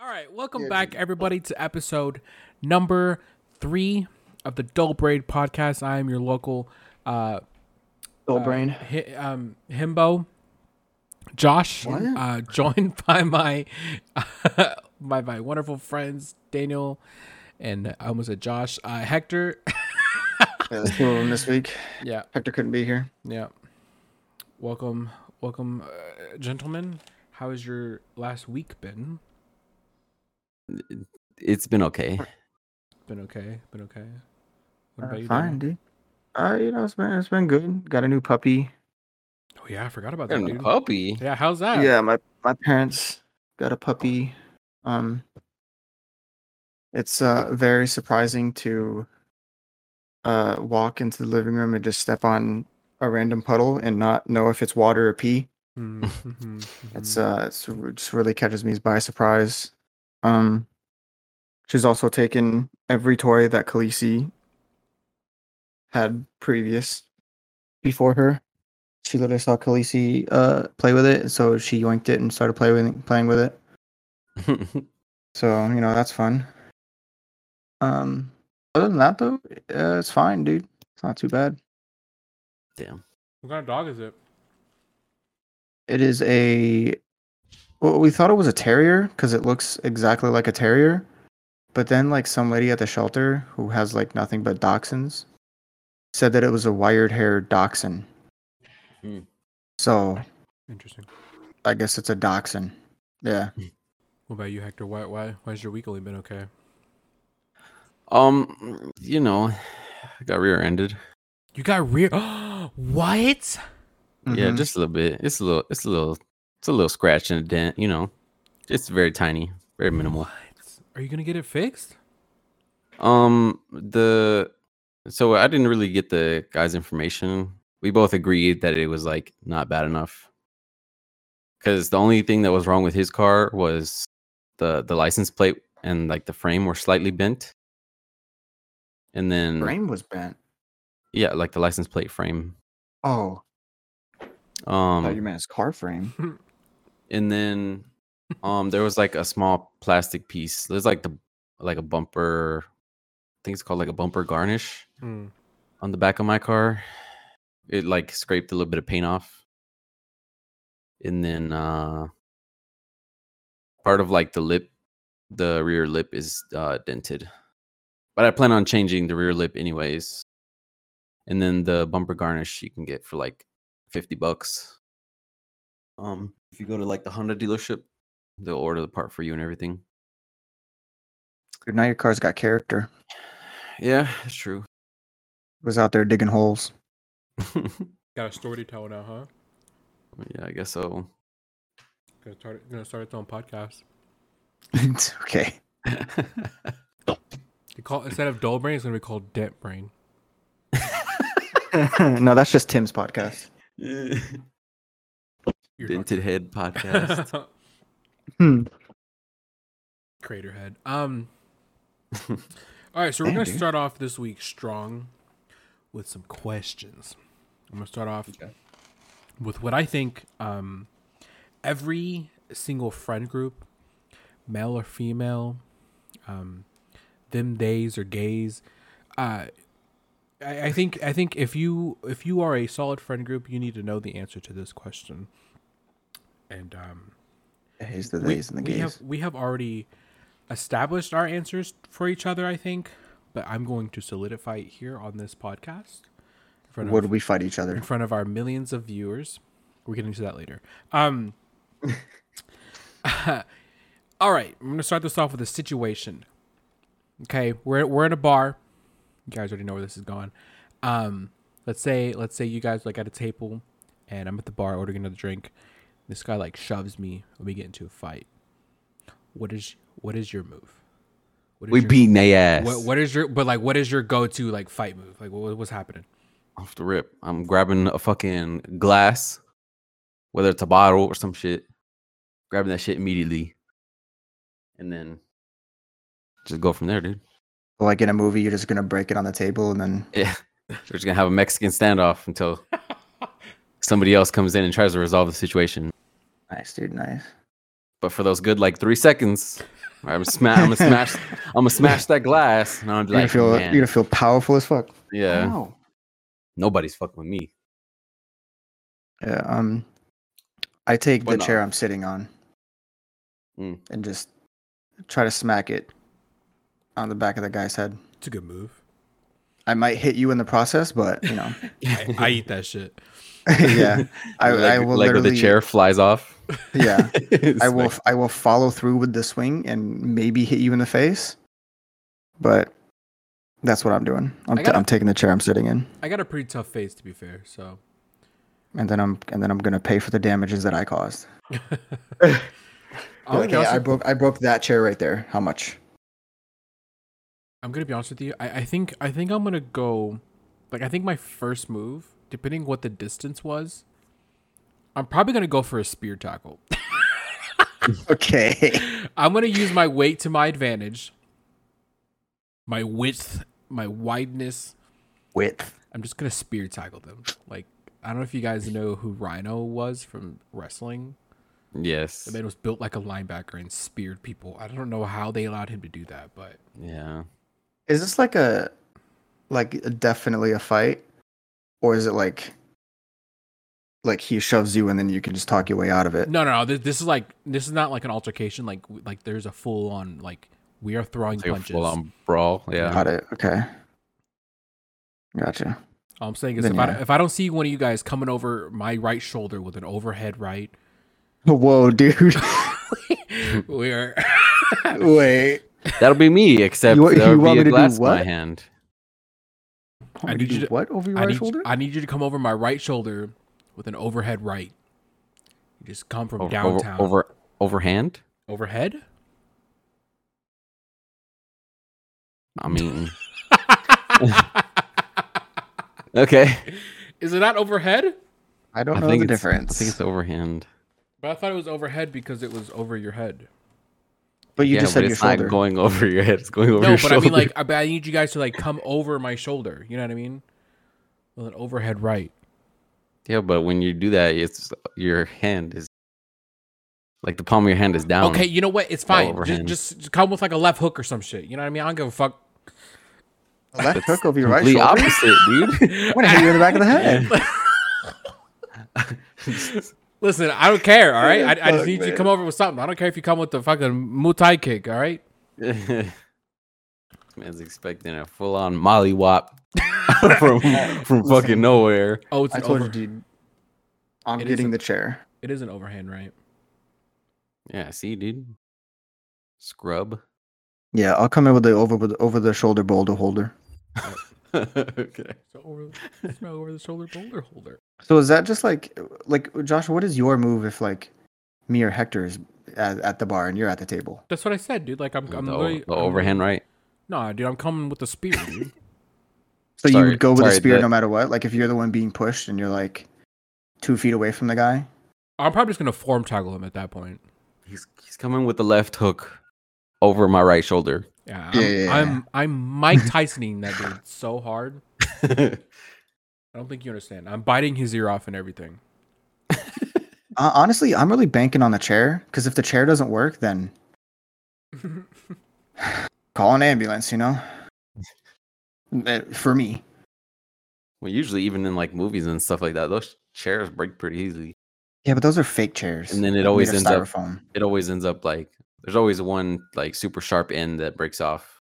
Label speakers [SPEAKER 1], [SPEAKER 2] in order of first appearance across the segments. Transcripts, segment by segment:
[SPEAKER 1] right, welcome back, everybody, to episode number three of the Dull Braid podcast. I am your local uh,
[SPEAKER 2] Dull brain.
[SPEAKER 1] hi, um, himbo, Josh, uh, joined by my by my wonderful friends Daniel and I almost said Josh, uh, Hector.
[SPEAKER 2] Yeah, there's two of them this week.
[SPEAKER 1] yeah,
[SPEAKER 2] Hector couldn't be here.
[SPEAKER 1] yeah. Welcome, welcome, uh, gentlemen. How has your last week been?
[SPEAKER 3] It's been okay.
[SPEAKER 1] Been okay. Been okay. What
[SPEAKER 2] Uh,
[SPEAKER 1] about you, Daniel?
[SPEAKER 2] fine, dude. Uh, you know, it's been it's been good. Got a new puppy.
[SPEAKER 1] Oh yeah, I forgot about that,
[SPEAKER 3] And
[SPEAKER 1] dude.
[SPEAKER 3] puppy.
[SPEAKER 1] Yeah, how's that?
[SPEAKER 2] Yeah, my my parents got a puppy. Um, it's uh very surprising to uh walk into the living room and just step on a random puddle and not know if it's water or pee.
[SPEAKER 1] Mm, mhm,
[SPEAKER 2] It's
[SPEAKER 1] mhm.
[SPEAKER 2] uh, it's, it just really catches me by surprise. Um, she's also taken every toy that Khaleesi had previous before her. She literally saw Khaleesi uh play with it, so she yoinked it and started play with, playing with it. So you know that's fun. Um, other than that though, uh, it's fine, dude. It's not too bad.
[SPEAKER 3] Damn.
[SPEAKER 1] what kind of dog is it?
[SPEAKER 2] It is a. Well, we thought it was a terrier because it looks exactly like a terrier, but then like some lady at the shelter who has like nothing but dachshunds said that it was a wired-haired dachshund.
[SPEAKER 3] Hmm.
[SPEAKER 2] So
[SPEAKER 1] Interesting.
[SPEAKER 2] I guess it's a dachshund. Yeah.
[SPEAKER 1] What about you, Hector? Why why why's your week only been okay?
[SPEAKER 3] Um, you know, I got rear-ended.
[SPEAKER 1] You got rear. what?
[SPEAKER 3] Yeah,
[SPEAKER 2] Mhm.
[SPEAKER 3] just a little bit. It's a little. It's a little. It's a little scratch and a dent. You know, it's very tiny, very minimal.
[SPEAKER 1] What? Are you gonna get it fixed?
[SPEAKER 3] Um, the so I didn't really get the guy's information. We both agreed that it was like not bad enough. Because the only thing that was wrong with his car was the the license plate and like the frame were slightly bent. And
[SPEAKER 1] Hmm.
[SPEAKER 3] then
[SPEAKER 2] frame was bent.
[SPEAKER 3] Yeah, like the license plate frame.
[SPEAKER 2] Oh, I
[SPEAKER 1] Oh.
[SPEAKER 2] thought you
[SPEAKER 3] Um,
[SPEAKER 2] meant his car frame.
[SPEAKER 1] Hmm.
[SPEAKER 3] and then um, there was like a small plastic piece. There's like the like a bumper. I think it's called like a bumper garnish
[SPEAKER 1] Mm.
[SPEAKER 3] on the back of my car. It like scraped a little bit of paint off. And then uh, part of like the lip, the rear lip is uh, dented. But I plan on changing the rear lip anyways. And then the bumper garnish you can get for like 50 bucks. Um, if you go to like the Honda dealership, they'll order the part for you and everything.
[SPEAKER 2] Dude, now your car's got character.
[SPEAKER 3] Yeah, that's true.
[SPEAKER 2] It was out there digging holes.
[SPEAKER 3] yeah,
[SPEAKER 1] Got a story to tell now, huh?
[SPEAKER 3] I guess so.
[SPEAKER 1] Gonna start gonna start its own podcast.
[SPEAKER 2] it's okay.
[SPEAKER 1] You call instead of dull brain, it's gonna be called dent brain.
[SPEAKER 2] no, that's just Tim's podcast.
[SPEAKER 1] You're not-
[SPEAKER 3] Dented Head podcast.
[SPEAKER 2] Hmm.
[SPEAKER 1] Crater head. Um. all right, so we're
[SPEAKER 2] Damn,
[SPEAKER 1] gonna
[SPEAKER 2] dude.
[SPEAKER 1] start off this week strong with some questions. I'm gonna start off with what I think um, every single friend group, male or female, um, them days or gays. Uh, I, I think I think if you if you are a solid friend group, you need to know the answer to this question. And um,
[SPEAKER 2] He's the
[SPEAKER 1] we,
[SPEAKER 2] days and the
[SPEAKER 1] we
[SPEAKER 2] gays.
[SPEAKER 1] have we have already established our answers for each other, I think. But I'm going to solidify it here on this podcast. in front of-
[SPEAKER 2] Would we fight each
[SPEAKER 1] in
[SPEAKER 2] other?
[SPEAKER 1] front of our millions of viewers. We're getting to that later. Um, all right, I'm gonna start this off with a situation. Okay, we're we're in a bar. You guys already know where this is going. Um, let's say let's say you guys like at a table, and I'm at the bar ordering another drink. This guy like shoves me, and we get into a fight. What is what is your move? What is
[SPEAKER 3] we
[SPEAKER 1] your,
[SPEAKER 3] beating they ass.
[SPEAKER 1] What, what is your but like what is your go to like fight move? Like what, what's happening?
[SPEAKER 3] Off the rip, I'm grabbing a fucking glass, whether it's a bottle or some shit. Grabbing that shit immediately, and then just go from there, dude.
[SPEAKER 2] Like in a movie, you're just gonna break it on the table and then
[SPEAKER 3] Yeah, we're just gonna have a Mexican standoff until somebody else comes in and tries to resolve the situation.
[SPEAKER 2] Nice, dude. Nice.
[SPEAKER 3] But for those good like three seconds, I'm smash. I'm gonna smash. I'm gonna smash that glass. And I'm
[SPEAKER 2] You're gonna
[SPEAKER 3] like,
[SPEAKER 2] feel
[SPEAKER 3] "Man,
[SPEAKER 2] you're gonna feel powerful as fuck.
[SPEAKER 3] yeah,
[SPEAKER 2] Wow.
[SPEAKER 3] nobody's fucking with me.
[SPEAKER 2] Yeah. Um, I take
[SPEAKER 3] Why
[SPEAKER 2] the
[SPEAKER 3] not?
[SPEAKER 2] chair I'm sitting on,
[SPEAKER 3] Mm.
[SPEAKER 2] and just try to smack it on the back of the guy's head.
[SPEAKER 1] It's a good move.
[SPEAKER 2] I might hit you in the process, but you know,
[SPEAKER 1] I, I eat that shit.
[SPEAKER 2] yeah, I,
[SPEAKER 3] Leg-
[SPEAKER 2] I will
[SPEAKER 3] leg of
[SPEAKER 2] literally.
[SPEAKER 3] the chair flies off.
[SPEAKER 2] Yeah, I
[SPEAKER 3] It's
[SPEAKER 2] will.
[SPEAKER 3] like,
[SPEAKER 2] f- I will follow through with the swing and maybe hit you in the face, but that's what I'm doing. I'm,
[SPEAKER 1] I
[SPEAKER 2] t-
[SPEAKER 1] gotta-
[SPEAKER 2] I'm taking the chair I'm sitting in,
[SPEAKER 1] I got a pretty tough face, to be fair. So
[SPEAKER 2] and then I'm and then I'm gonna pay for the damages that I caused.
[SPEAKER 3] Oh,
[SPEAKER 1] I'm, gonna be
[SPEAKER 2] Okay,
[SPEAKER 1] honest
[SPEAKER 2] I
[SPEAKER 1] with-
[SPEAKER 2] broke. I broke that chair right there. How much?
[SPEAKER 1] I'm gonna be honest with you. I, I think I think I'm gonna go. Like I think my first move, depending what the distance was, I'm probably gonna go for a spear tackle.
[SPEAKER 2] Okay.
[SPEAKER 1] I'm gonna use my weight to my advantage. My width, my wideness.
[SPEAKER 2] Width.
[SPEAKER 1] I'm just gonna spear tackle them. Like I don't know if you guys know who Rhino was from wrestling.
[SPEAKER 3] yes.
[SPEAKER 1] The man was built like a linebacker and speared people. I don't know how they allowed him to do that, but
[SPEAKER 3] Yeah.
[SPEAKER 2] Is this like a, like definitely a fight, or is it like, like he shoves you and then you can just talk your way out of it?
[SPEAKER 1] no, no, no. This, this is like this is not like an altercation. Like w- like there's a full on like we are throwing
[SPEAKER 3] It's like a
[SPEAKER 1] punches.
[SPEAKER 3] full on brawl. Yeah.
[SPEAKER 2] Got it. Okay. Gotcha.
[SPEAKER 1] All I'm saying is
[SPEAKER 2] Then
[SPEAKER 1] if, I,
[SPEAKER 2] yeah.
[SPEAKER 1] if I don't see one of you guys coming over my right shoulder with an overhead right,
[SPEAKER 2] Whoa, dude.
[SPEAKER 1] we are.
[SPEAKER 2] Wait.
[SPEAKER 3] That'll be me, except
[SPEAKER 2] You wa-
[SPEAKER 3] there'll
[SPEAKER 2] you
[SPEAKER 3] be
[SPEAKER 2] want me
[SPEAKER 3] a
[SPEAKER 2] to do
[SPEAKER 3] glass in my
[SPEAKER 2] what?
[SPEAKER 3] hand.
[SPEAKER 1] I
[SPEAKER 2] Did
[SPEAKER 1] need you
[SPEAKER 2] you
[SPEAKER 1] to-
[SPEAKER 2] what over your
[SPEAKER 1] I
[SPEAKER 2] right
[SPEAKER 1] need,
[SPEAKER 2] shoulder?
[SPEAKER 1] I need you to come over my right shoulder with an overhead right. You just come from
[SPEAKER 3] Over, over,
[SPEAKER 1] downtown.
[SPEAKER 3] over, overhand.
[SPEAKER 1] Overhead?
[SPEAKER 3] I mean, okay.
[SPEAKER 1] is it not overhead?
[SPEAKER 2] I don't
[SPEAKER 3] I
[SPEAKER 2] know the
[SPEAKER 3] it's-
[SPEAKER 2] difference.
[SPEAKER 3] I think it's overhand.
[SPEAKER 1] But I thought it was overhead because it was over your head.
[SPEAKER 2] but you
[SPEAKER 3] yeah,
[SPEAKER 2] just said your
[SPEAKER 3] it's
[SPEAKER 2] shoulder.
[SPEAKER 3] not going over your head. It's going over
[SPEAKER 1] no,
[SPEAKER 3] your
[SPEAKER 1] but
[SPEAKER 3] shoulder.
[SPEAKER 1] I mean, like, I, but I need you guys to like come over my shoulder. You know what I mean? With an overhead right.
[SPEAKER 3] yeah, but when you do that, it's your hand is like the palm of your hand is down.
[SPEAKER 1] Okay, you know what? It's fine. Just,
[SPEAKER 3] overhand.
[SPEAKER 1] just just come with like a left hook or some shit. You know what I mean? I don't give a fuck.
[SPEAKER 2] A left hook over your right
[SPEAKER 3] complete
[SPEAKER 2] shoulder.
[SPEAKER 3] opposite, dude.
[SPEAKER 2] I'm gonna hit you in the back of the head.
[SPEAKER 1] Listen, I don't care. All right, I, I just
[SPEAKER 2] Fuck,
[SPEAKER 1] need you to
[SPEAKER 2] man.
[SPEAKER 1] come over with something. I don't care if you come with the fucking mutai kick. All right.
[SPEAKER 3] this man's expecting a full-on mollywop from from fucking nowhere.
[SPEAKER 1] Oh, it's
[SPEAKER 2] I
[SPEAKER 1] an
[SPEAKER 2] told
[SPEAKER 1] over.
[SPEAKER 2] you, dude. I'm
[SPEAKER 1] It is
[SPEAKER 2] getting
[SPEAKER 1] a-
[SPEAKER 2] the chair.
[SPEAKER 1] It is an overhand, right?
[SPEAKER 3] Yeah, see, dude. Scrub.
[SPEAKER 2] Yeah, I'll come in with the over with over the shoulder boulder holder.
[SPEAKER 3] okay.
[SPEAKER 1] So over, it's not over the shoulder boulder holder.
[SPEAKER 2] So is that just like like Joshua? What is your move if like me or Hector is at, at the bar and you're at the table?
[SPEAKER 1] That's what I said, dude. Like I'm, I'm
[SPEAKER 3] the,
[SPEAKER 1] literally
[SPEAKER 3] the
[SPEAKER 1] I'm-
[SPEAKER 3] overhand right.
[SPEAKER 1] Nah, dude, I'm coming with the spear, dude.
[SPEAKER 2] So you
[SPEAKER 3] Sorry-
[SPEAKER 2] would go with a
[SPEAKER 3] sorry,
[SPEAKER 2] spear
[SPEAKER 3] the-
[SPEAKER 2] no matter what. Like if you're the one being pushed and you're like two feet away from the guy.
[SPEAKER 1] I'm probably just gonna form tackle him at that point.
[SPEAKER 3] He's he's coming with the left hook over my right shoulder.
[SPEAKER 1] Yeah, I'm,
[SPEAKER 2] Yeah, yeah, yeah.
[SPEAKER 1] I'm, I'm Mike Tysoning that dude so hard. I don't think you understand. I'm biting his ear off and everything.
[SPEAKER 2] Uh, honestly, I'm really banking on the chair because if the chair doesn't work, then call an ambulance. You know, Uh, for me.
[SPEAKER 3] well, usually even in like movies and stuff like that, those chairs break pretty easily.
[SPEAKER 2] Yeah, but those are fake chairs.
[SPEAKER 3] And then it
[SPEAKER 2] made
[SPEAKER 3] always
[SPEAKER 2] of
[SPEAKER 3] ends up-
[SPEAKER 2] styrofoam.
[SPEAKER 3] It always ends up like there's always one like super sharp end that breaks off.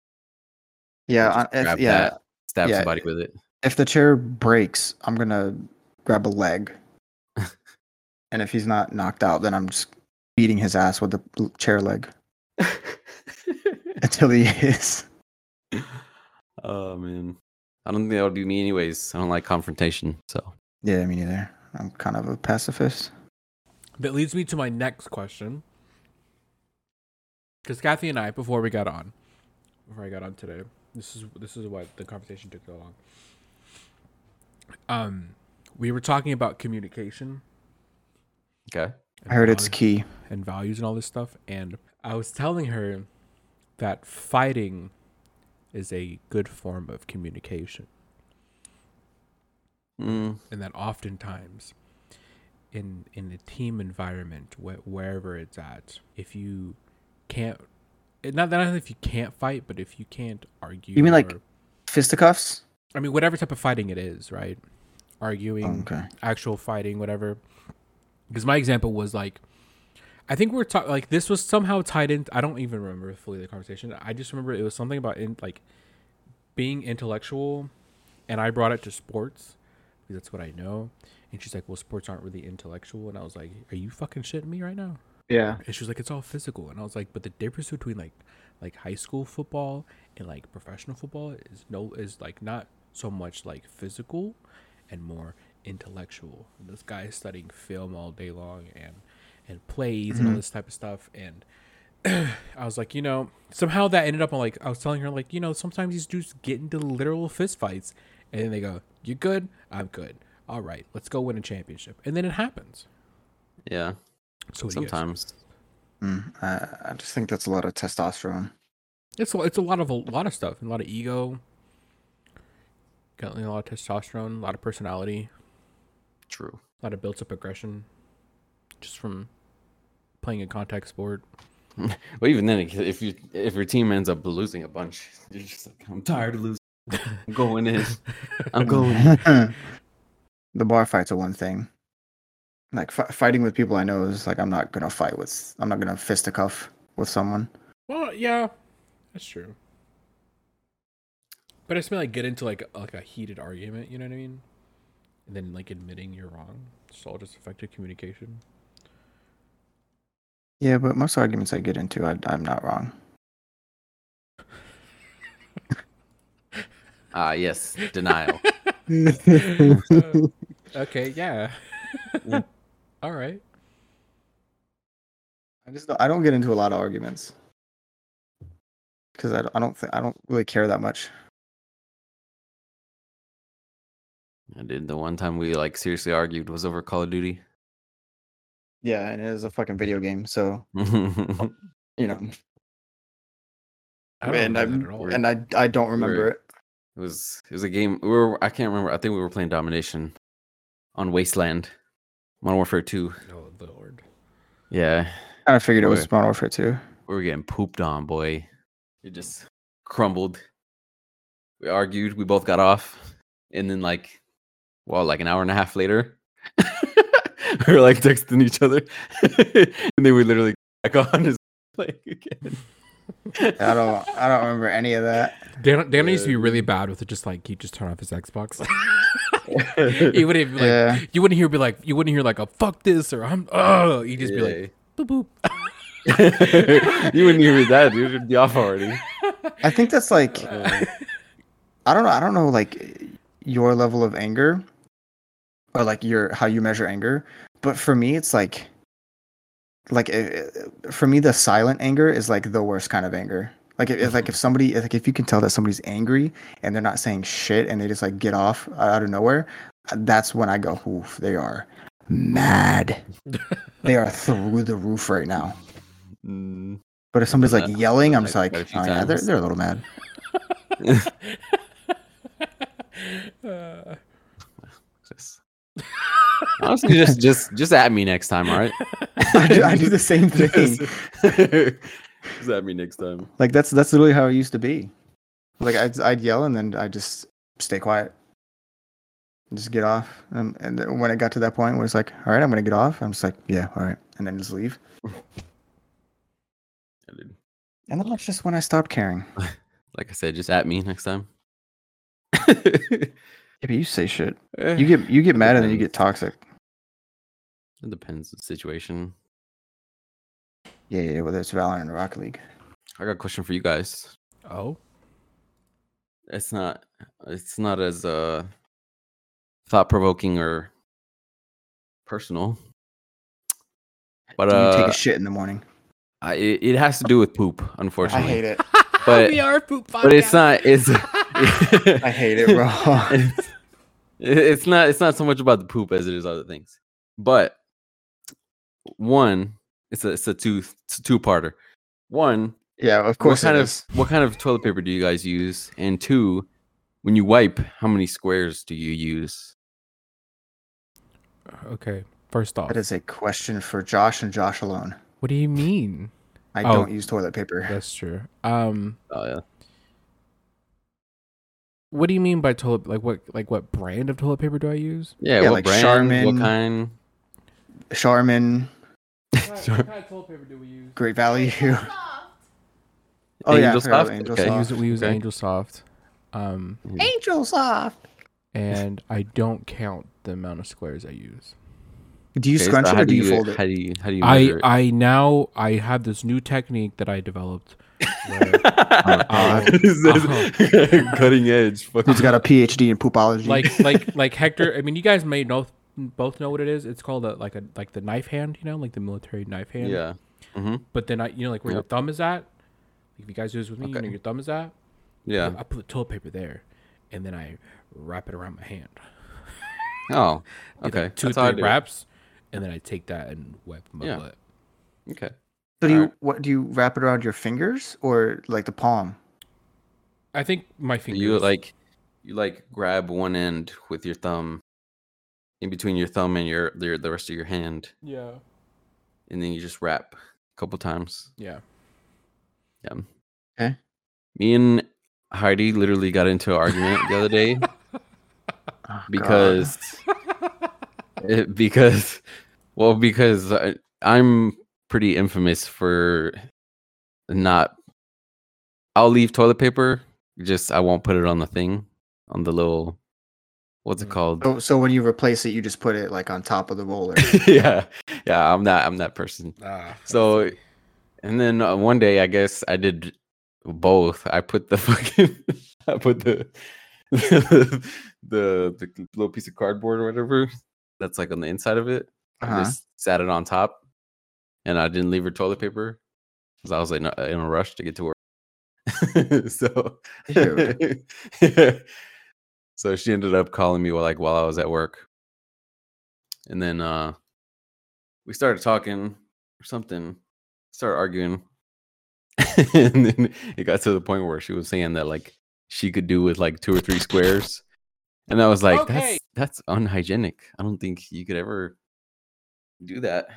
[SPEAKER 2] Yeah,
[SPEAKER 3] just
[SPEAKER 2] uh, if,
[SPEAKER 3] grab
[SPEAKER 2] yeah.
[SPEAKER 3] that. Stab
[SPEAKER 2] Yeah.
[SPEAKER 3] somebody with it.
[SPEAKER 2] If the chair breaks, I'm gonna grab a leg. and if he's not knocked out, then I'm just beating his ass with the l- chair leg until he is.
[SPEAKER 3] oh man. I don't think that would be me anyways. I don't like confrontation. So
[SPEAKER 2] Yeah, me neither. I'm kind of a pacifist.
[SPEAKER 1] That leads me to my next question. Because Kathy and I, before we got on, before I got on today, this is this is why the conversation took so long. Um, we were talking about communication.
[SPEAKER 3] Okay.
[SPEAKER 2] I heard it's
[SPEAKER 1] value-
[SPEAKER 2] key.
[SPEAKER 1] and values and all this stuff, and I was telling her that fighting is a good form of communication,
[SPEAKER 3] Mm,
[SPEAKER 1] and that oftentimes in in a team environment, wh- wherever it's at, if you can't eh, not that if you can't fight, but if you can't argue.
[SPEAKER 2] You mean, like-
[SPEAKER 1] or-
[SPEAKER 2] Fisticuffs?
[SPEAKER 1] I mean, whatever type of fighting it is, right? Arguing,
[SPEAKER 2] okay.
[SPEAKER 1] actual fighting, whatever. Because my example was like, I think we are talking like this was somehow tied in. I don't even remember fully the conversation. I just remember it was something about in like being intellectual, and I brought it to sports because that's what I know. And she's like, "Well, sports aren't really intellectual," and I was like, "Are you fucking shitting me right now?"
[SPEAKER 2] Yeah.
[SPEAKER 1] And she was like, "It's all physical," and I was like, "But the difference between like like high school football and like professional football is no is like not so much like physical and more intellectual. This guy is studying film all day long and and plays and all this type of stuff and." I was like, you know, somehow that ended up on like I was telling her like, you know, sometimes these dudes get into literal fist fights and then they go, You good? I'm good. All right, let's go win a championship. And then it happens.
[SPEAKER 3] Yeah,
[SPEAKER 1] So it is.
[SPEAKER 3] sometimes.
[SPEAKER 2] Mm, I, I just think that's a lot of testosterone.
[SPEAKER 1] It's a, it's a lot of a lot of stuff, a lot of ego, got a lot of testosterone, a lot of personality,
[SPEAKER 3] True.
[SPEAKER 1] a lot of built up aggression, just from playing a contact sport.
[SPEAKER 3] Well, even then, if you if your team ends up losing a bunch, you're just like, I'm tired of losing. I'm going in. I'm going. in."
[SPEAKER 2] the bar fights are one thing. Like fi fighting with people I know is like I'm not gonna fight with. I'm not gonna fisticuff with someone.
[SPEAKER 1] Well, yeah, that's true. But it's been like get into like like a heated argument, you know what I mean? And then like admitting you're wrong. It's all just effective communication.
[SPEAKER 2] Yeah, but most arguments I get into, I, I'm not wrong.
[SPEAKER 3] Ah, yes, denial.
[SPEAKER 1] Okay, yeah.
[SPEAKER 3] Yeah.
[SPEAKER 1] all right.
[SPEAKER 2] I just don't, I don't get into a lot of arguments because I, don't- I don't think I don't really care that much.
[SPEAKER 3] I did the one time we like seriously argued was over Call of Duty.
[SPEAKER 2] Yeah, and it is a fucking video game, so you know,
[SPEAKER 1] I don't
[SPEAKER 2] and
[SPEAKER 1] know that
[SPEAKER 2] I'm
[SPEAKER 1] at all.
[SPEAKER 2] and I I don't remember
[SPEAKER 3] We're-
[SPEAKER 2] it.
[SPEAKER 3] It was it was a game. We were I can't remember. I think we were playing Domination on Wasteland, Modern Warfare Two.
[SPEAKER 1] Oh lord.
[SPEAKER 3] Yeah,
[SPEAKER 2] I figured it was
[SPEAKER 3] We're-
[SPEAKER 2] Modern Warfare 2.
[SPEAKER 3] we were getting pooped on, boy. It just crumbled. We argued. We both got off, and then like, well, like an hour and a half later, we were like texting each other, and then we literally back on as like again.
[SPEAKER 2] I don't I don't remember any of that.
[SPEAKER 1] Dan, Dan used to
[SPEAKER 3] Yeah.
[SPEAKER 1] be really bad with it. Just like he just turn off his Xbox. he would even like
[SPEAKER 2] yeah,
[SPEAKER 1] you wouldn't hear be like you wouldn't hear like a fuck this or I'm oh he'd just be like boop
[SPEAKER 3] Yeah. you wouldn't hear that, dude. It'd be off already.
[SPEAKER 2] I think that's like
[SPEAKER 1] boop.
[SPEAKER 2] I don't know. I don't know like your level of anger or like your how you measure anger, but for me it's like like eh, eh, for me the silent anger is like the worst kind of anger. Like if- if like
[SPEAKER 3] Mm-hmm.
[SPEAKER 2] if somebody if, like if you can tell that somebody's angry and they're not saying shit and they just like get off uh, out of nowhere, uh, that's when I go, "Oof, they are mad. they are through the roof right now."
[SPEAKER 3] Mm.
[SPEAKER 2] But if somebody's like
[SPEAKER 3] that-
[SPEAKER 2] yelling, I'm
[SPEAKER 3] that
[SPEAKER 2] just like,
[SPEAKER 3] quite
[SPEAKER 2] "Oh
[SPEAKER 3] a few
[SPEAKER 2] yeah, they're
[SPEAKER 3] times.
[SPEAKER 2] they're a little mad."
[SPEAKER 1] Uh,
[SPEAKER 3] Just- Honestly, just just just at me next time, all right?
[SPEAKER 2] I do, I do the same thing.
[SPEAKER 3] just, just at me next time.
[SPEAKER 2] Like that's that's literally how it used to be. Like I'd I'd yell and then I just stay quiet, just get off. Um, and then when it got to that point where it's like, all right, I'm gonna get off. I'm just like, yeah, all right, and then just leave.
[SPEAKER 3] Yeah, dude.
[SPEAKER 2] And then that's just when I stopped caring.
[SPEAKER 3] Like I said, just at me next time.
[SPEAKER 2] Yeah, but you say shit.
[SPEAKER 3] Eh,
[SPEAKER 2] You get you get mad and then you
[SPEAKER 3] depends.
[SPEAKER 2] get toxic.
[SPEAKER 3] It depends on the situation.
[SPEAKER 2] Yeah, yeah, whether it's Valorant and Rocket League.
[SPEAKER 3] I got a question for you guys.
[SPEAKER 1] oh
[SPEAKER 3] it's not it's not as uh thought provoking or personal. But
[SPEAKER 2] Do you
[SPEAKER 3] uh
[SPEAKER 2] take a shit in the morning?
[SPEAKER 3] I, it it has to do with poop,
[SPEAKER 2] I
[SPEAKER 3] unfortunately.
[SPEAKER 2] hate it.
[SPEAKER 3] But-
[SPEAKER 1] we are poop
[SPEAKER 3] But it's not it's
[SPEAKER 2] I
[SPEAKER 3] I
[SPEAKER 2] hate it, bro.
[SPEAKER 3] it's, it's not it's not so much about the poop as it is other things. But one, it's a it's a two it's a two parter. One,
[SPEAKER 2] Yeah, of course.
[SPEAKER 3] what kind
[SPEAKER 2] it
[SPEAKER 3] of
[SPEAKER 2] is.
[SPEAKER 3] what kind of toilet paper do you guys use? And two, when you wipe, how many squares do you use?
[SPEAKER 1] podcast. okay first off
[SPEAKER 2] That is a question for Josh and Josh alone.
[SPEAKER 1] what do you mean
[SPEAKER 2] I
[SPEAKER 1] Oh.
[SPEAKER 2] don't use toilet paper.
[SPEAKER 1] That's true. Um,
[SPEAKER 3] Oh yeah.
[SPEAKER 1] what do you mean by toilet? Like what? Like what brand of toilet paper do I use?
[SPEAKER 3] Yeah,
[SPEAKER 2] Yeah,
[SPEAKER 3] what
[SPEAKER 2] like
[SPEAKER 3] brand?
[SPEAKER 2] Charmin.
[SPEAKER 3] What kind?
[SPEAKER 2] Charmin,
[SPEAKER 1] What kind of toilet paper do we use?
[SPEAKER 2] great value. Oh, yeah, I
[SPEAKER 3] Angel
[SPEAKER 2] forgot about
[SPEAKER 3] Soft?
[SPEAKER 2] Angel
[SPEAKER 3] Okay.
[SPEAKER 1] We
[SPEAKER 2] Soft.
[SPEAKER 1] use, we use
[SPEAKER 3] Okay.
[SPEAKER 1] Angel Soft, um,
[SPEAKER 2] Angel soft.
[SPEAKER 1] and I don't count the amount of squares I use.
[SPEAKER 2] Do you
[SPEAKER 3] Okay, so
[SPEAKER 2] scrunch it
[SPEAKER 3] how
[SPEAKER 2] or do you fold
[SPEAKER 3] How
[SPEAKER 2] it?
[SPEAKER 3] do you how do you
[SPEAKER 1] I
[SPEAKER 3] measure
[SPEAKER 1] I now I have this new technique that I developed. Where uh,
[SPEAKER 2] God.
[SPEAKER 3] it? It
[SPEAKER 1] oh.
[SPEAKER 3] says Cutting edge. fucking-
[SPEAKER 2] He's got a PhD in poopology.
[SPEAKER 1] like like like Hector. I mean, you guys may know both know what it is. It's called a like a like the knife hand. You know, like the military knife hand.
[SPEAKER 3] Yeah. hmm
[SPEAKER 1] But then I, you know, like where your thumb is at. If you guys do this with me, you know
[SPEAKER 3] Okay.
[SPEAKER 1] where your thumb is at.
[SPEAKER 3] Yeah.
[SPEAKER 1] I put the toilet paper there, and then I wrap it around my hand.
[SPEAKER 3] Oh.
[SPEAKER 1] Get,
[SPEAKER 3] Okay.
[SPEAKER 1] like, two
[SPEAKER 3] That's how I
[SPEAKER 1] or
[SPEAKER 3] do
[SPEAKER 1] three
[SPEAKER 3] it.
[SPEAKER 1] wraps, and then I take that and wipe my
[SPEAKER 3] Yeah.
[SPEAKER 1] butt.
[SPEAKER 3] Okay.
[SPEAKER 2] so do you
[SPEAKER 3] alright.
[SPEAKER 2] what do you wrap it around your fingers or like the palm?
[SPEAKER 1] I think my
[SPEAKER 3] So
[SPEAKER 1] fingers.
[SPEAKER 3] you like you like grab one end with your thumb in between your thumb and your, your the rest of your hand,
[SPEAKER 1] Yeah.
[SPEAKER 3] and then you just wrap a couple times.
[SPEAKER 1] Yeah.
[SPEAKER 3] Yeah.
[SPEAKER 2] Okay.
[SPEAKER 3] Me and Heidi literally got into an argument the other day
[SPEAKER 2] Oh, God.
[SPEAKER 3] because it, because well because I, I'm pretty infamous for not I'll leave toilet paper just I won't put it on the thing on the little what's it
[SPEAKER 1] Mm.
[SPEAKER 3] called
[SPEAKER 2] so, so when you replace it, you just put it like on top of the roller.
[SPEAKER 3] yeah yeah I'm not I'm that person Ah. so and then uh, one day i guess i did both i put the fucking i put the the, the little piece of cardboard or whatever that's like on the inside of it i
[SPEAKER 2] Uh-huh.
[SPEAKER 3] just sat it on top and i didn't leave her toilet paper because i was like in a- in a rush to get to work so
[SPEAKER 2] Dude.
[SPEAKER 3] so she ended up calling me while like while I was at work. And then uh we started talking or something, started arguing. and then it got to the point where she was saying that like she could do with like two or three squares. And I was like,
[SPEAKER 1] Okay.
[SPEAKER 3] that's that's unhygienic. I don't think you could ever do that.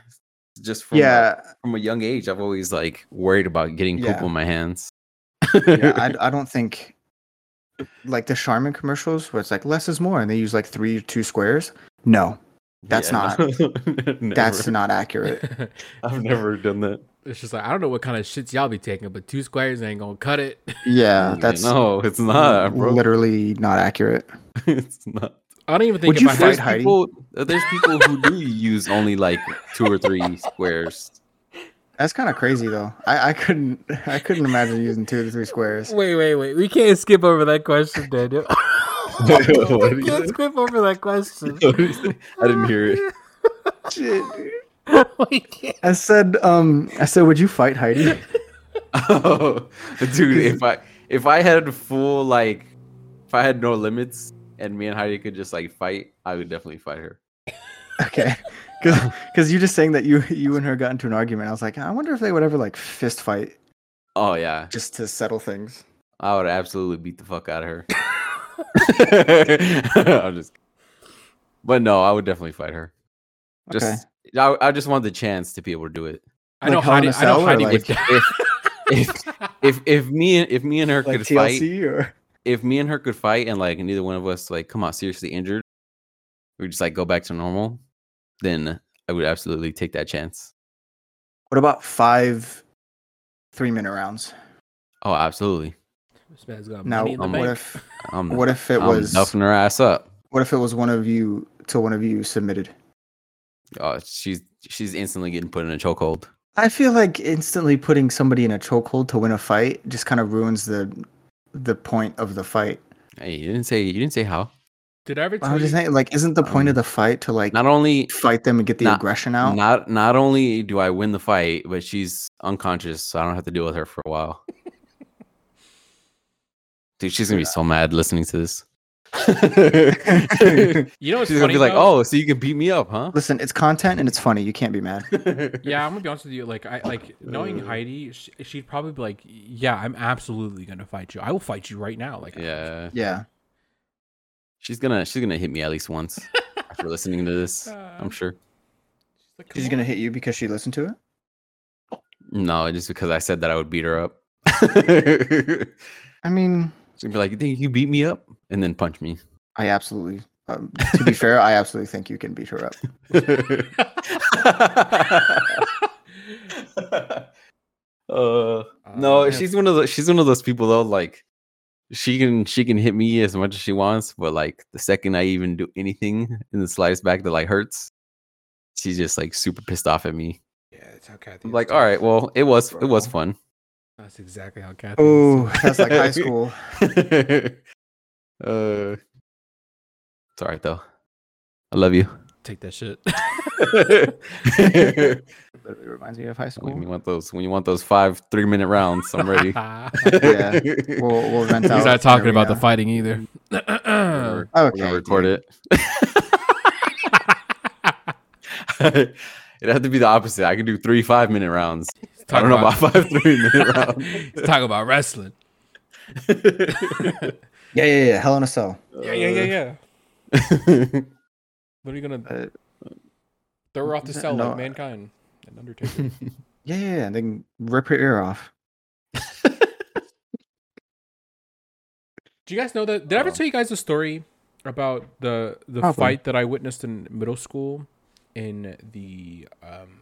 [SPEAKER 3] Just from a-
[SPEAKER 2] yeah,
[SPEAKER 3] from a young age, I've always like worried about getting poop
[SPEAKER 2] Yeah.
[SPEAKER 3] on my hands.
[SPEAKER 2] yeah, I, I don't think like the Charmin commercials where it's like less is more and they use like three two squares. No, That's not- that's not accurate.
[SPEAKER 3] I've never done that.
[SPEAKER 1] it's just like I don't know what kind of shits y'all be taking, but two squares ain't gonna cut it.
[SPEAKER 2] Yeah, Uh, that's
[SPEAKER 3] no, it's not, bro.
[SPEAKER 2] literally not accurate.
[SPEAKER 3] it's not.
[SPEAKER 1] I don't even think
[SPEAKER 2] Would
[SPEAKER 1] if
[SPEAKER 2] you
[SPEAKER 1] I had
[SPEAKER 2] fight Heidi?
[SPEAKER 3] People, uh, there's people who do use only like two or three squares.
[SPEAKER 2] That's kind of crazy though. I, I couldn't I couldn't imagine using two to three squares.
[SPEAKER 1] Wait, wait, wait. We can't skip over that question, Daniel.
[SPEAKER 3] What do you
[SPEAKER 1] we
[SPEAKER 3] say?
[SPEAKER 1] can't skip over that question.
[SPEAKER 3] What do you say? I didn't hear it.
[SPEAKER 2] Shit, dude.
[SPEAKER 1] we can't.
[SPEAKER 2] I said um I said would you fight Heidi?
[SPEAKER 3] Oh, dude, if I if I had full like, if I had no limits and me and Heidi could just like fight, I would definitely fight her.
[SPEAKER 2] Okay. Because you just saying that you you and her got into an argument. I was like, I wonder if they would ever like fist fight
[SPEAKER 3] Oh yeah,
[SPEAKER 2] just to settle things.
[SPEAKER 3] I would absolutely beat the fuck out of her. I'm just, kidding. but no, I would definitely fight her. Just,
[SPEAKER 2] Okay.
[SPEAKER 3] I, I just want the chance to be able to do it.
[SPEAKER 1] I know
[SPEAKER 2] Like Hell in
[SPEAKER 1] Heidi.
[SPEAKER 2] a
[SPEAKER 1] I know
[SPEAKER 2] Cell or
[SPEAKER 1] Heidi
[SPEAKER 2] like-
[SPEAKER 1] would.
[SPEAKER 3] If if if, if me and if me and her
[SPEAKER 2] Like
[SPEAKER 3] could fight,
[SPEAKER 2] TLC or
[SPEAKER 3] if me and her could fight, and like neither one of us like come out seriously injured, we just like go back to normal, then I would absolutely take that chance.
[SPEAKER 2] what about five three minute rounds?
[SPEAKER 3] Oh, absolutely.
[SPEAKER 1] This man's got
[SPEAKER 2] Now
[SPEAKER 1] money in the
[SPEAKER 2] what
[SPEAKER 3] um,
[SPEAKER 1] bank.
[SPEAKER 2] if
[SPEAKER 3] I'm
[SPEAKER 2] what if it
[SPEAKER 3] I'm
[SPEAKER 2] was
[SPEAKER 3] duffing her ass up.
[SPEAKER 2] what if it was one of you till one of you submitted?
[SPEAKER 3] Oh, she's she's instantly getting put in a chokehold.
[SPEAKER 2] I feel like instantly putting somebody in a chokehold to win a fight just kind of ruins the the point of the fight.
[SPEAKER 3] Hey, you didn't say you didn't say how.
[SPEAKER 1] Did I ever
[SPEAKER 2] I
[SPEAKER 1] tell
[SPEAKER 2] was
[SPEAKER 1] you?
[SPEAKER 2] just saying, like, isn't the
[SPEAKER 3] Um,
[SPEAKER 2] point of the fight to like
[SPEAKER 3] Not only
[SPEAKER 2] fight them and get the
[SPEAKER 3] not-
[SPEAKER 2] aggression out?
[SPEAKER 3] Not not only do I win the fight, but she's unconscious, so I don't have to deal with her for a while. Dude, she's gonna be so mad listening to this. she's
[SPEAKER 1] you know what's
[SPEAKER 3] gonna
[SPEAKER 1] funny?
[SPEAKER 3] be like,
[SPEAKER 1] though?
[SPEAKER 3] "Oh, so you can beat me up, huh?"
[SPEAKER 2] Listen, it's content and it's funny. You can't be mad.
[SPEAKER 1] Yeah, I'm gonna be honest with you. Like, I like knowing Heidi. She, she'd probably be like, "Yeah, I'm absolutely gonna fight you. I will fight you right now." Like,
[SPEAKER 3] yeah.
[SPEAKER 2] Yeah.
[SPEAKER 3] She's gonna she's gonna hit me at least once after
[SPEAKER 1] Uh.
[SPEAKER 3] listening to this. I'm sure.
[SPEAKER 1] She's "Ah, like,
[SPEAKER 2] She's
[SPEAKER 1] "Come
[SPEAKER 2] gonna hit you because she listened to it.
[SPEAKER 3] No, just because I said that I would beat her up. She'd
[SPEAKER 2] I mean,
[SPEAKER 3] be like, "You think you beat me up?" and then punch me.
[SPEAKER 2] I absolutely. Um, to be fair, I absolutely think you can beat her up.
[SPEAKER 3] uh,
[SPEAKER 1] Uh,
[SPEAKER 3] no,
[SPEAKER 1] yeah.
[SPEAKER 3] she's one of the she's one of those people though. Like, she can she can hit me as much as she wants, but like the second I even do anything in the slightest back that like hurts, she's just like super pissed off at me.
[SPEAKER 1] Yeah, it's how Kathy.
[SPEAKER 3] I'm
[SPEAKER 1] is,
[SPEAKER 3] like,
[SPEAKER 1] too.
[SPEAKER 3] all right, well, it was it was
[SPEAKER 1] Bro.
[SPEAKER 3] fun.
[SPEAKER 1] that's exactly how Kathy.
[SPEAKER 2] Oh,
[SPEAKER 1] is.
[SPEAKER 2] that's like high school.
[SPEAKER 3] uh, it's all right though. I love you.
[SPEAKER 1] take that shit.
[SPEAKER 2] Literally reminds me of high
[SPEAKER 3] when you
[SPEAKER 2] school.
[SPEAKER 3] want those, when you want those five three minute rounds, I'm ready.
[SPEAKER 2] Yeah, We'll, we'll rent
[SPEAKER 1] He's
[SPEAKER 2] out
[SPEAKER 1] not
[SPEAKER 2] an
[SPEAKER 1] talking about the
[SPEAKER 2] arena.
[SPEAKER 1] fighting either.
[SPEAKER 3] Mm. We're
[SPEAKER 2] Okay,
[SPEAKER 3] gonna record
[SPEAKER 2] dude.
[SPEAKER 3] it. It'd have to be the opposite. I could do three five minute rounds. I don't know about five three minute
[SPEAKER 1] He's talking about wrestling.
[SPEAKER 3] rounds.
[SPEAKER 2] Yeah, yeah, yeah. Hell in a cell.
[SPEAKER 1] Yeah, yeah, yeah, yeah. What are you gonna
[SPEAKER 2] Uh,
[SPEAKER 1] throw her off the
[SPEAKER 3] Uh,
[SPEAKER 2] n-
[SPEAKER 1] cell
[SPEAKER 2] no,
[SPEAKER 1] like mankind and Undertaker?
[SPEAKER 2] yeah, yeah, yeah. And then rip her ear off.
[SPEAKER 1] Do you guys know that? Did I ever
[SPEAKER 3] Uh-oh.
[SPEAKER 1] tell you guys a story about the the
[SPEAKER 2] Probably.
[SPEAKER 1] fight that I witnessed in middle school in the um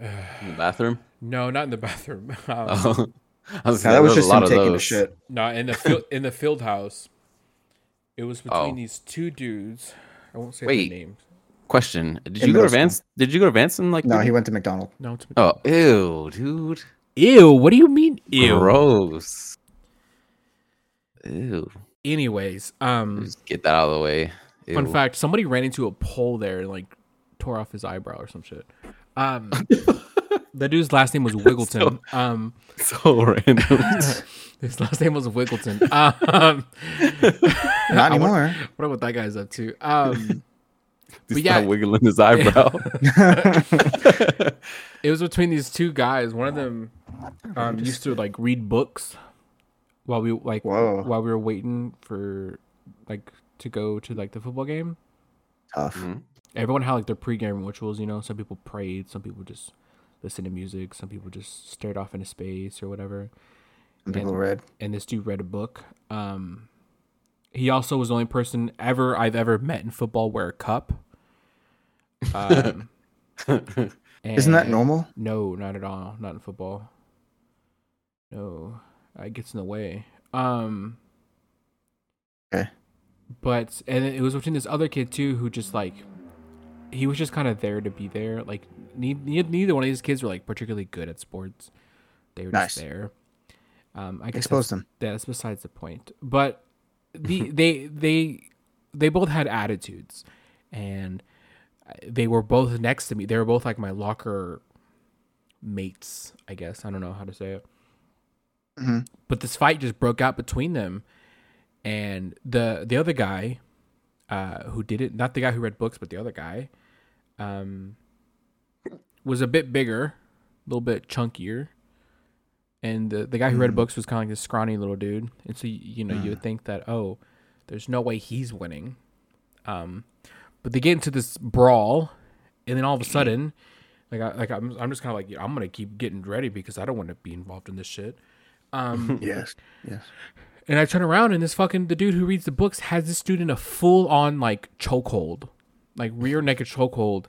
[SPEAKER 3] In the bathroom.
[SPEAKER 1] no, not in the bathroom. Um,
[SPEAKER 3] Oh. I was
[SPEAKER 2] Nah,
[SPEAKER 3] gonna say,
[SPEAKER 2] that was
[SPEAKER 3] there's
[SPEAKER 2] just
[SPEAKER 3] a lot
[SPEAKER 2] him
[SPEAKER 3] of
[SPEAKER 2] taking a
[SPEAKER 3] those.
[SPEAKER 2] shit.
[SPEAKER 1] No, in the field, in the field house. It was between
[SPEAKER 3] Oh.
[SPEAKER 1] these two dudes. I won't say
[SPEAKER 3] Wait.
[SPEAKER 1] their names.
[SPEAKER 3] Question: Did
[SPEAKER 2] In
[SPEAKER 3] you go
[SPEAKER 2] middle
[SPEAKER 3] to
[SPEAKER 2] school.
[SPEAKER 3] Vance? Did you go to Vance and like?
[SPEAKER 2] No,
[SPEAKER 3] you-
[SPEAKER 2] he went to McDonald's.
[SPEAKER 1] No, it's
[SPEAKER 3] Oh, ew, dude.
[SPEAKER 1] ew. What do you mean,
[SPEAKER 3] Gross. Ew.
[SPEAKER 1] Anyways, um,
[SPEAKER 3] Just get that out of the way. Ew.
[SPEAKER 1] fun fact: somebody ran into a pole there and like tore off his eyebrow or some shit. Um, the dude's last name was Wiggleton. Um,
[SPEAKER 3] So random.
[SPEAKER 1] his last name was Wiggleton. Um,
[SPEAKER 2] Not
[SPEAKER 1] I wonder-
[SPEAKER 2] anymore.
[SPEAKER 1] what about that guy's up to? Um,
[SPEAKER 3] He's
[SPEAKER 1] yeah.
[SPEAKER 3] not wiggling his eyebrow.
[SPEAKER 1] it was between these two guys. One of them um, used to like read books while we like
[SPEAKER 2] Whoa.
[SPEAKER 1] while we were waiting for like to go to like the football game.
[SPEAKER 2] Tough.
[SPEAKER 3] Mhm.
[SPEAKER 1] Everyone had like their pregame rituals, you know. Some people prayed, some people just listened to music, some people just stared off into space or whatever.
[SPEAKER 2] Some people read.
[SPEAKER 1] And this dude read a book. Um, he also was the only person ever I've ever met in football wear a cup. Um,
[SPEAKER 2] Isn't that
[SPEAKER 1] and-
[SPEAKER 2] normal?
[SPEAKER 1] no, not at all. Not in football. No, it gets in the way. Um.
[SPEAKER 2] Okay.
[SPEAKER 1] But and it was between this other kid too, who just like, he was just kind of there to be there. Like, neither, neither one of these kids were like particularly good at sports. They were
[SPEAKER 2] Nice.
[SPEAKER 1] just there. Um, I guess
[SPEAKER 2] Expose
[SPEAKER 1] that's,
[SPEAKER 2] them.
[SPEAKER 1] that's besides the point. But the they they they both had attitudes, and they were both next to me. They were both like my locker mates, I guess. I don't know how to say it.
[SPEAKER 2] Mhm.
[SPEAKER 1] But this fight just broke out between them, and the the other guy, uh, who did it, not the guy who read books, but the other guy, um, was a bit bigger, a little bit chunkier, and the the guy who read books was kind of like this scrawny little dude. And so you, you know you would think that oh, there's no way he's winning, um, but they get into this brawl, and then all of a sudden. Like, I, like I'm, I'm just kind of like, yeah, I'm gonna keep getting ready because I don't want to be involved in this shit. Um,
[SPEAKER 2] Yes. Yes.
[SPEAKER 1] and I turn around and this fucking the dude who reads the books has this dude in a full on like chokehold, like rear naked chokehold,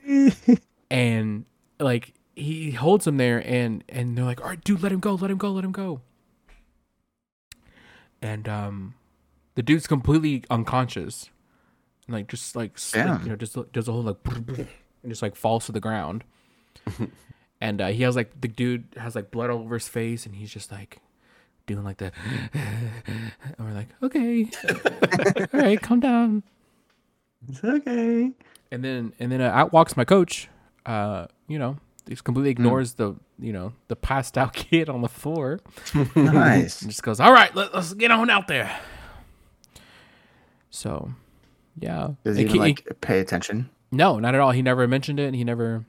[SPEAKER 1] and like he holds him there and and they're like, all right, dude, let him go, let him go, let him go. And um, the dude's completely unconscious, and like just like sleep,
[SPEAKER 2] Damn.
[SPEAKER 1] you know, just does a whole like and just like falls to the ground. and uh, he has like the dude has like blood all over his face, and he's just like doing like the, and we're like, okay, all right, calm down.
[SPEAKER 2] It's okay.
[SPEAKER 1] And then and then uh, out walks my coach. Uh, you know, he just completely ignores the you know the passed out kid on the floor
[SPEAKER 2] Nice.
[SPEAKER 1] and just goes, all right, let, let's get on out there. So, yeah,
[SPEAKER 2] Does
[SPEAKER 1] It
[SPEAKER 2] he even,
[SPEAKER 1] ki-
[SPEAKER 2] like pay attention?
[SPEAKER 1] no, not at all. He never mentioned it, and he never.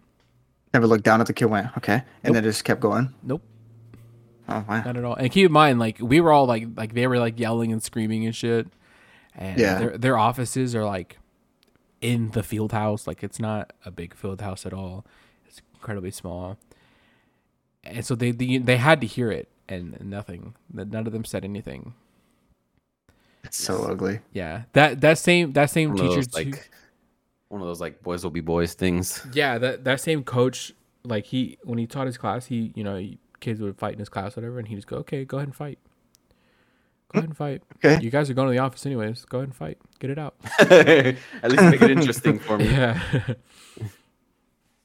[SPEAKER 2] Never looked down at the kid. Went okay, and then just kept going.
[SPEAKER 1] Nope,
[SPEAKER 2] Oh wow.
[SPEAKER 1] not at all. And keep in mind, like we were all like, like they were like yelling and screaming and shit, and
[SPEAKER 2] Yeah.
[SPEAKER 1] their their offices are like in the field house. Like it's not a big field house at all. It's incredibly small, and so they they, they had to hear it, and nothing. None of them said anything.
[SPEAKER 2] It's so ugly.
[SPEAKER 1] Yeah, that that same that same
[SPEAKER 3] One of
[SPEAKER 1] teacher
[SPEAKER 3] those,
[SPEAKER 1] too.
[SPEAKER 3] like one of those like boys will be boys things.
[SPEAKER 1] yeah that that same coach like he when he taught his class he you know he- kids would fight in his class whatever and he just go okay go ahead and fight go ahead and fight
[SPEAKER 2] Hmm. Okay.
[SPEAKER 1] you guys are going to the office anyways go ahead and fight get it out
[SPEAKER 3] At least make it interesting for me.
[SPEAKER 1] yeah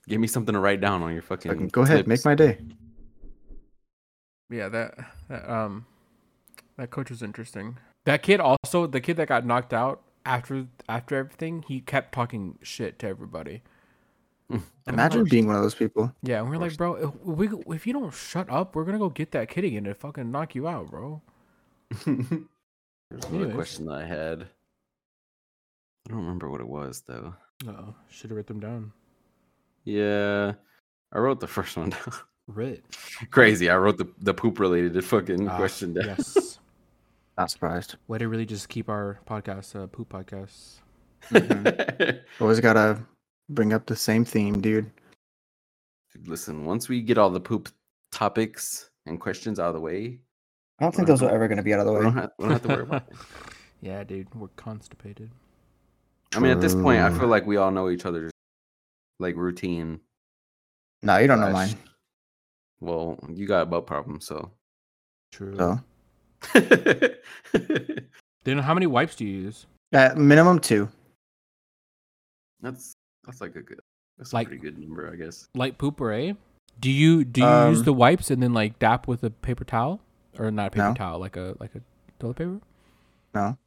[SPEAKER 3] Give me something to write down on your fucking.
[SPEAKER 2] Fucking go ahead, make
[SPEAKER 3] slips.
[SPEAKER 2] my day.
[SPEAKER 1] yeah that, that um that coach was interesting that kid also the kid that got knocked out after after everything he kept talking shit to everybody
[SPEAKER 2] Hmm. Imagine being one of those people.
[SPEAKER 1] yeah and we're like bro if, we, if you don't shut up we're gonna go get that kid again and fucking knock you out bro
[SPEAKER 3] There's another
[SPEAKER 1] Anyways.
[SPEAKER 3] question that I had. I don't remember what it was though.
[SPEAKER 1] oh should have written them down
[SPEAKER 3] Yeah, I wrote the first one down.
[SPEAKER 1] writ
[SPEAKER 3] Crazy. I wrote the, the poop related fucking
[SPEAKER 1] Ah,
[SPEAKER 3] question down.
[SPEAKER 1] Yes.
[SPEAKER 2] Not surprised.
[SPEAKER 1] Way to really just keep our podcast, uh, poop podcast. mm-hmm.
[SPEAKER 2] Always gotta bring up the same theme, dude.
[SPEAKER 3] Dude, listen, once we get all the poop topics and questions out of the way,
[SPEAKER 2] I don't
[SPEAKER 3] think those are
[SPEAKER 2] ever gonna be out of the
[SPEAKER 3] we don't have, we don't have to worry about it.
[SPEAKER 1] yeah, dude, we're constipated.
[SPEAKER 3] I mean, at this point, I
[SPEAKER 2] True.
[SPEAKER 3] feel like we all know each other's like routine.
[SPEAKER 2] No, you don't know
[SPEAKER 3] slash-
[SPEAKER 2] mine.
[SPEAKER 3] Well, you got a butt problem, so.
[SPEAKER 1] True.
[SPEAKER 2] So
[SPEAKER 3] That's
[SPEAKER 1] Then how many wipes do you use?
[SPEAKER 2] at Uh, minimum two.
[SPEAKER 3] that's like a good, that's
[SPEAKER 1] Like-
[SPEAKER 3] a pretty good number, I guess.
[SPEAKER 1] Light poop or a? Do you do you use
[SPEAKER 2] Um,
[SPEAKER 1] the wipes and then like dap with a paper towel or not a paper
[SPEAKER 2] No.
[SPEAKER 1] towel like a like a toilet paper?
[SPEAKER 2] No.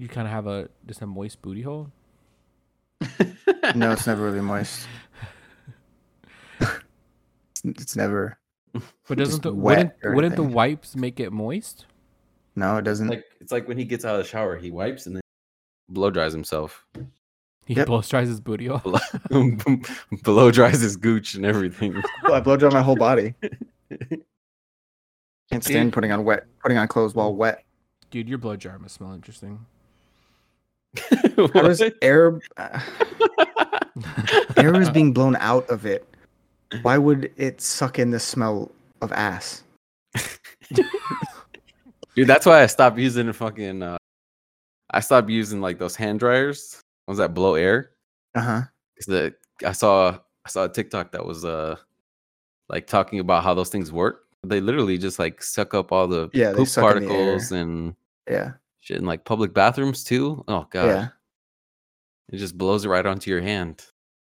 [SPEAKER 1] You kind of have a just a moist booty hole.
[SPEAKER 2] No, it's never really moist. It's- it's never
[SPEAKER 1] But
[SPEAKER 2] Just
[SPEAKER 1] doesn't the wouldn't,
[SPEAKER 2] wet or
[SPEAKER 1] wouldn't the
[SPEAKER 2] anything.
[SPEAKER 1] wipes make it moist?
[SPEAKER 2] no, it doesn't.
[SPEAKER 3] like it's like when he gets out of the shower, he wipes and then blow dries himself,
[SPEAKER 1] He
[SPEAKER 2] Yep.
[SPEAKER 1] blow dries his booty hole.
[SPEAKER 3] blow dries his gooch and everything.
[SPEAKER 2] Well, Oh, I blow dry my whole body. Can't stand putting on wet, putting on clothes while wet.
[SPEAKER 1] Dude, your blow jar must smell interesting.
[SPEAKER 2] How does air uh, air is being blown out of it? Why would it suck in the smell of ass?
[SPEAKER 3] Dude, that's why I stopped using fucking. Uh, I stopped using like those hand dryers. What was that blow air?
[SPEAKER 2] Uh huh.
[SPEAKER 3] 'Cause the I saw I saw a TikTok that was uh like talking about how those things work. They literally just like suck up all the
[SPEAKER 2] Yeah, they
[SPEAKER 3] poop
[SPEAKER 2] suck in the air.
[SPEAKER 3] particles and
[SPEAKER 2] Yeah.
[SPEAKER 3] shit in like public bathrooms too. Oh god,
[SPEAKER 2] Yeah.
[SPEAKER 3] it just blows it right onto your hand.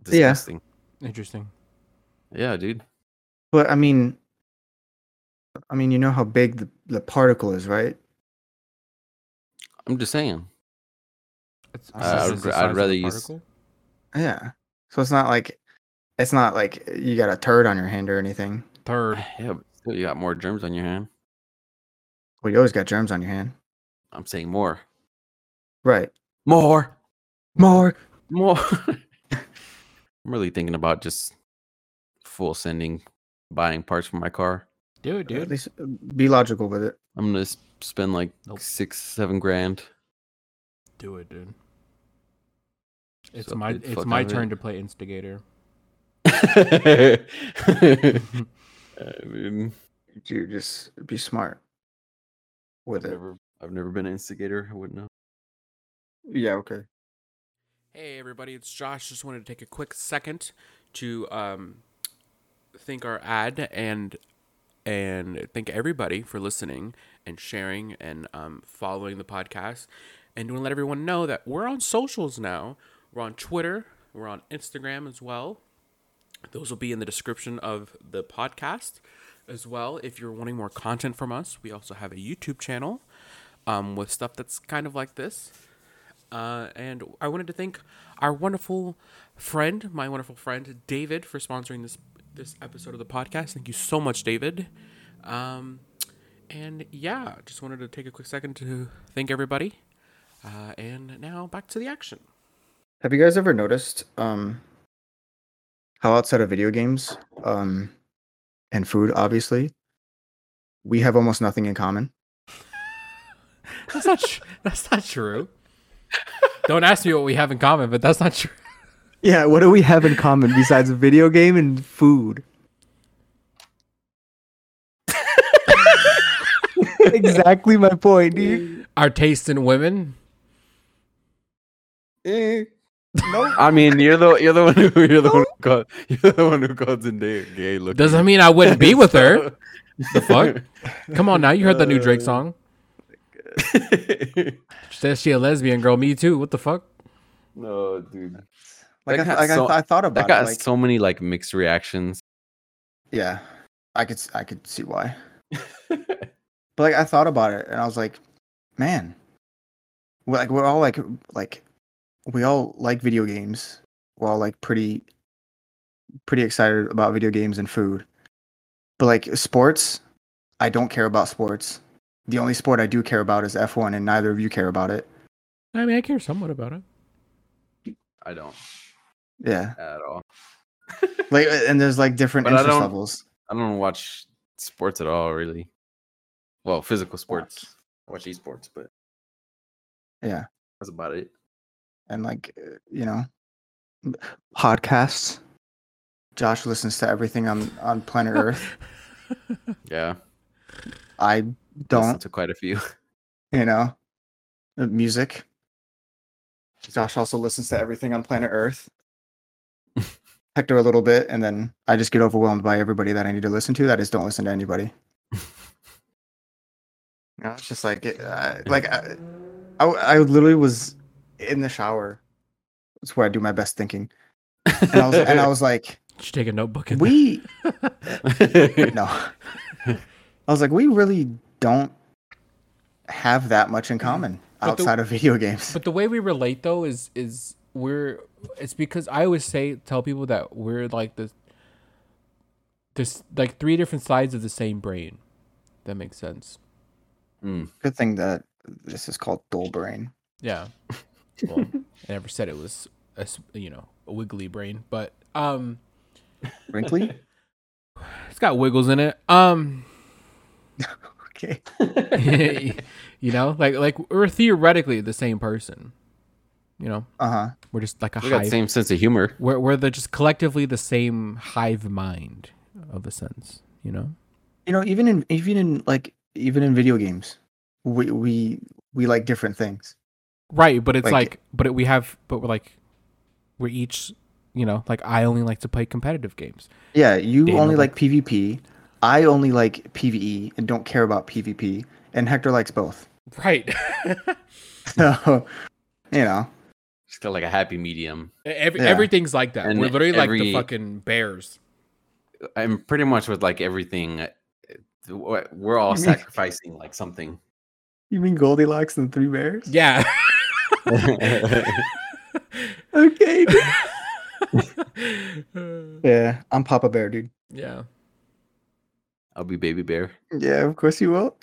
[SPEAKER 2] Yeah.
[SPEAKER 3] Disgusting.
[SPEAKER 1] Interesting.
[SPEAKER 3] Yeah, dude.
[SPEAKER 2] But I mean, I mean, you know how big the, the particle is, right?
[SPEAKER 3] I'm just saying.
[SPEAKER 1] It's,
[SPEAKER 2] Uh, I
[SPEAKER 1] it's
[SPEAKER 2] would
[SPEAKER 1] the
[SPEAKER 3] ra- I'd
[SPEAKER 1] size of a
[SPEAKER 3] rather use-
[SPEAKER 1] particle?
[SPEAKER 2] Yeah. So it's not like it's not like you got a turd on your hand or anything.
[SPEAKER 1] third.
[SPEAKER 3] Yeah, but still you got more germs on your hand.
[SPEAKER 2] Well, you always got germs on your hand,
[SPEAKER 3] I'm saying more,
[SPEAKER 2] right?
[SPEAKER 3] more,
[SPEAKER 2] More.
[SPEAKER 3] more. I'm really thinking about just full sending, buying parts for my car.
[SPEAKER 1] Do it,
[SPEAKER 2] At
[SPEAKER 1] dude.
[SPEAKER 2] least uh, be logical with it.
[SPEAKER 3] I'm gonna s- spend like
[SPEAKER 1] Nope.
[SPEAKER 3] six, seven grand.
[SPEAKER 1] Do it, dude. It's
[SPEAKER 3] So
[SPEAKER 1] my
[SPEAKER 3] big
[SPEAKER 1] it's
[SPEAKER 3] fuck
[SPEAKER 1] my
[SPEAKER 3] out of it.
[SPEAKER 1] turn to play instigator.
[SPEAKER 3] I mean,
[SPEAKER 2] you just be smart
[SPEAKER 3] I've
[SPEAKER 2] with it.
[SPEAKER 3] never, I've never been an instigator. I wouldn't know.
[SPEAKER 2] Yeah, okay.
[SPEAKER 1] Hey everybody, it's Josh. Just wanted to take a quick second to um thank our ad and and thank everybody for listening and sharing and um, following the podcast. And want to let everyone know that we're on socials now. We're on Twitter. We're on Instagram as well. Those will be in the description of the podcast as well. If you're wanting more content from us, we also have a YouTube channel um, with stuff that's kind of like this. Uh, and I wanted to thank our wonderful friend, my wonderful friend David, for sponsoring this this episode of the podcast. Thank you so much, David. Um, and yeah, just wanted to take a quick second to thank everybody. Uh, and now back to the action.
[SPEAKER 2] Have you guys ever noticed um how outside of video games um and food obviously we have almost nothing in common?
[SPEAKER 1] That's not tr- that's not true. Don't ask me what we have in common, but that's not true.
[SPEAKER 2] Yeah, what do we have in common besides video game and food? exactly my point, dude.
[SPEAKER 1] Our taste in women.
[SPEAKER 2] Eh, no.
[SPEAKER 3] I mean, you're the you're the one who you're the one who called you're the one who called Zendaya gay looking.
[SPEAKER 1] Doesn't mean I wouldn't be with her. The fuck? Come on now, you heard the new Drake song. She says she a lesbian girl. Me too. What the fuck?
[SPEAKER 3] no, dude.
[SPEAKER 2] Like, I,
[SPEAKER 3] That got
[SPEAKER 2] like I-
[SPEAKER 3] so-
[SPEAKER 2] I, thought about
[SPEAKER 3] That
[SPEAKER 2] it.
[SPEAKER 3] got
[SPEAKER 2] like,
[SPEAKER 3] so many like mixed reactions.
[SPEAKER 2] yeah, I could s- I could see why. But like I thought about it and I was like, man, we're like we're all like like we all like video games. We're all like pretty pretty excited about video games and food. But like sports, I don't care about sports. The only sport I do care about is F1 and neither of you care about it.
[SPEAKER 1] I mean, I care somewhat about it.
[SPEAKER 3] I don't
[SPEAKER 2] Yeah.
[SPEAKER 3] at all.
[SPEAKER 2] Like and there's like different
[SPEAKER 3] But I
[SPEAKER 2] interest
[SPEAKER 3] don't-
[SPEAKER 2] levels.
[SPEAKER 3] I don't watch sports at all, really. Well, physical sports. I watch esports, but
[SPEAKER 2] Yeah.
[SPEAKER 3] that's about it.
[SPEAKER 2] And like uh, you know, podcasts. Josh listens to everything on on planet Earth.
[SPEAKER 3] Yeah,
[SPEAKER 2] I
[SPEAKER 3] listen
[SPEAKER 2] don't,
[SPEAKER 3] to quite a few.
[SPEAKER 2] you know, uh, music. Josh also listens to everything on planet Earth. Hector a little bit, and then I just get overwhelmed by everybody that I need to listen to. That I just don't listen to anybody. No, it's just like, it, uh, like I, I, I literally was in the shower. That's where I do my best thinking, and I was, and I was like,
[SPEAKER 1] Did you take a notebook? In
[SPEAKER 2] we no. I was like, we really don't have that much in common
[SPEAKER 1] But the-
[SPEAKER 2] outside of video games.
[SPEAKER 1] But the way we relate though is is we're it's because I always say tell people that we're like the there's like three different sides of the same brain. That makes sense.
[SPEAKER 3] Hmm.
[SPEAKER 2] Good thing that this is called dull brain.
[SPEAKER 1] Yeah. Well, I never said it was a s- you know a wiggly brain, but um,
[SPEAKER 2] Wrinkly?
[SPEAKER 1] it's got wiggles in it. Um,
[SPEAKER 2] okay.
[SPEAKER 1] you know, like like we're theoretically the same person. You know,
[SPEAKER 2] Uh huh.
[SPEAKER 1] we're just like a
[SPEAKER 3] we got
[SPEAKER 1] hive.
[SPEAKER 3] the same sense of humor.
[SPEAKER 1] we're we're the just collectively the same hive mind of a sense. You know.
[SPEAKER 2] You know, even in even in like even in video games, we we we like different things.
[SPEAKER 1] Right, but it's like,
[SPEAKER 2] Like-
[SPEAKER 1] but it, we have, but we're like, we're each, you know, like I only like to play competitive games.
[SPEAKER 2] Yeah, you
[SPEAKER 1] Daniel
[SPEAKER 2] only
[SPEAKER 1] like-
[SPEAKER 2] like PvP. I only like PvE and don't care about PvP. And Hector likes both.
[SPEAKER 1] Right. E-,
[SPEAKER 2] So, you know,
[SPEAKER 3] Just got like a happy medium.
[SPEAKER 1] Every,
[SPEAKER 2] Yeah.
[SPEAKER 1] Everything's like that.
[SPEAKER 3] And
[SPEAKER 1] we're literally like the
[SPEAKER 3] every-
[SPEAKER 1] fucking bears.
[SPEAKER 3] I'm pretty much with like everything. uh, w- We're all
[SPEAKER 2] You mean-
[SPEAKER 3] sacrificing like something.
[SPEAKER 2] you mean Goldilocks and the Three Bears?
[SPEAKER 1] Yeah.
[SPEAKER 2] Okay. dude. yeah, I'm Papa Bear, dude.
[SPEAKER 1] yeah.
[SPEAKER 3] I'll be baby bear.
[SPEAKER 2] Yeah, of course you will.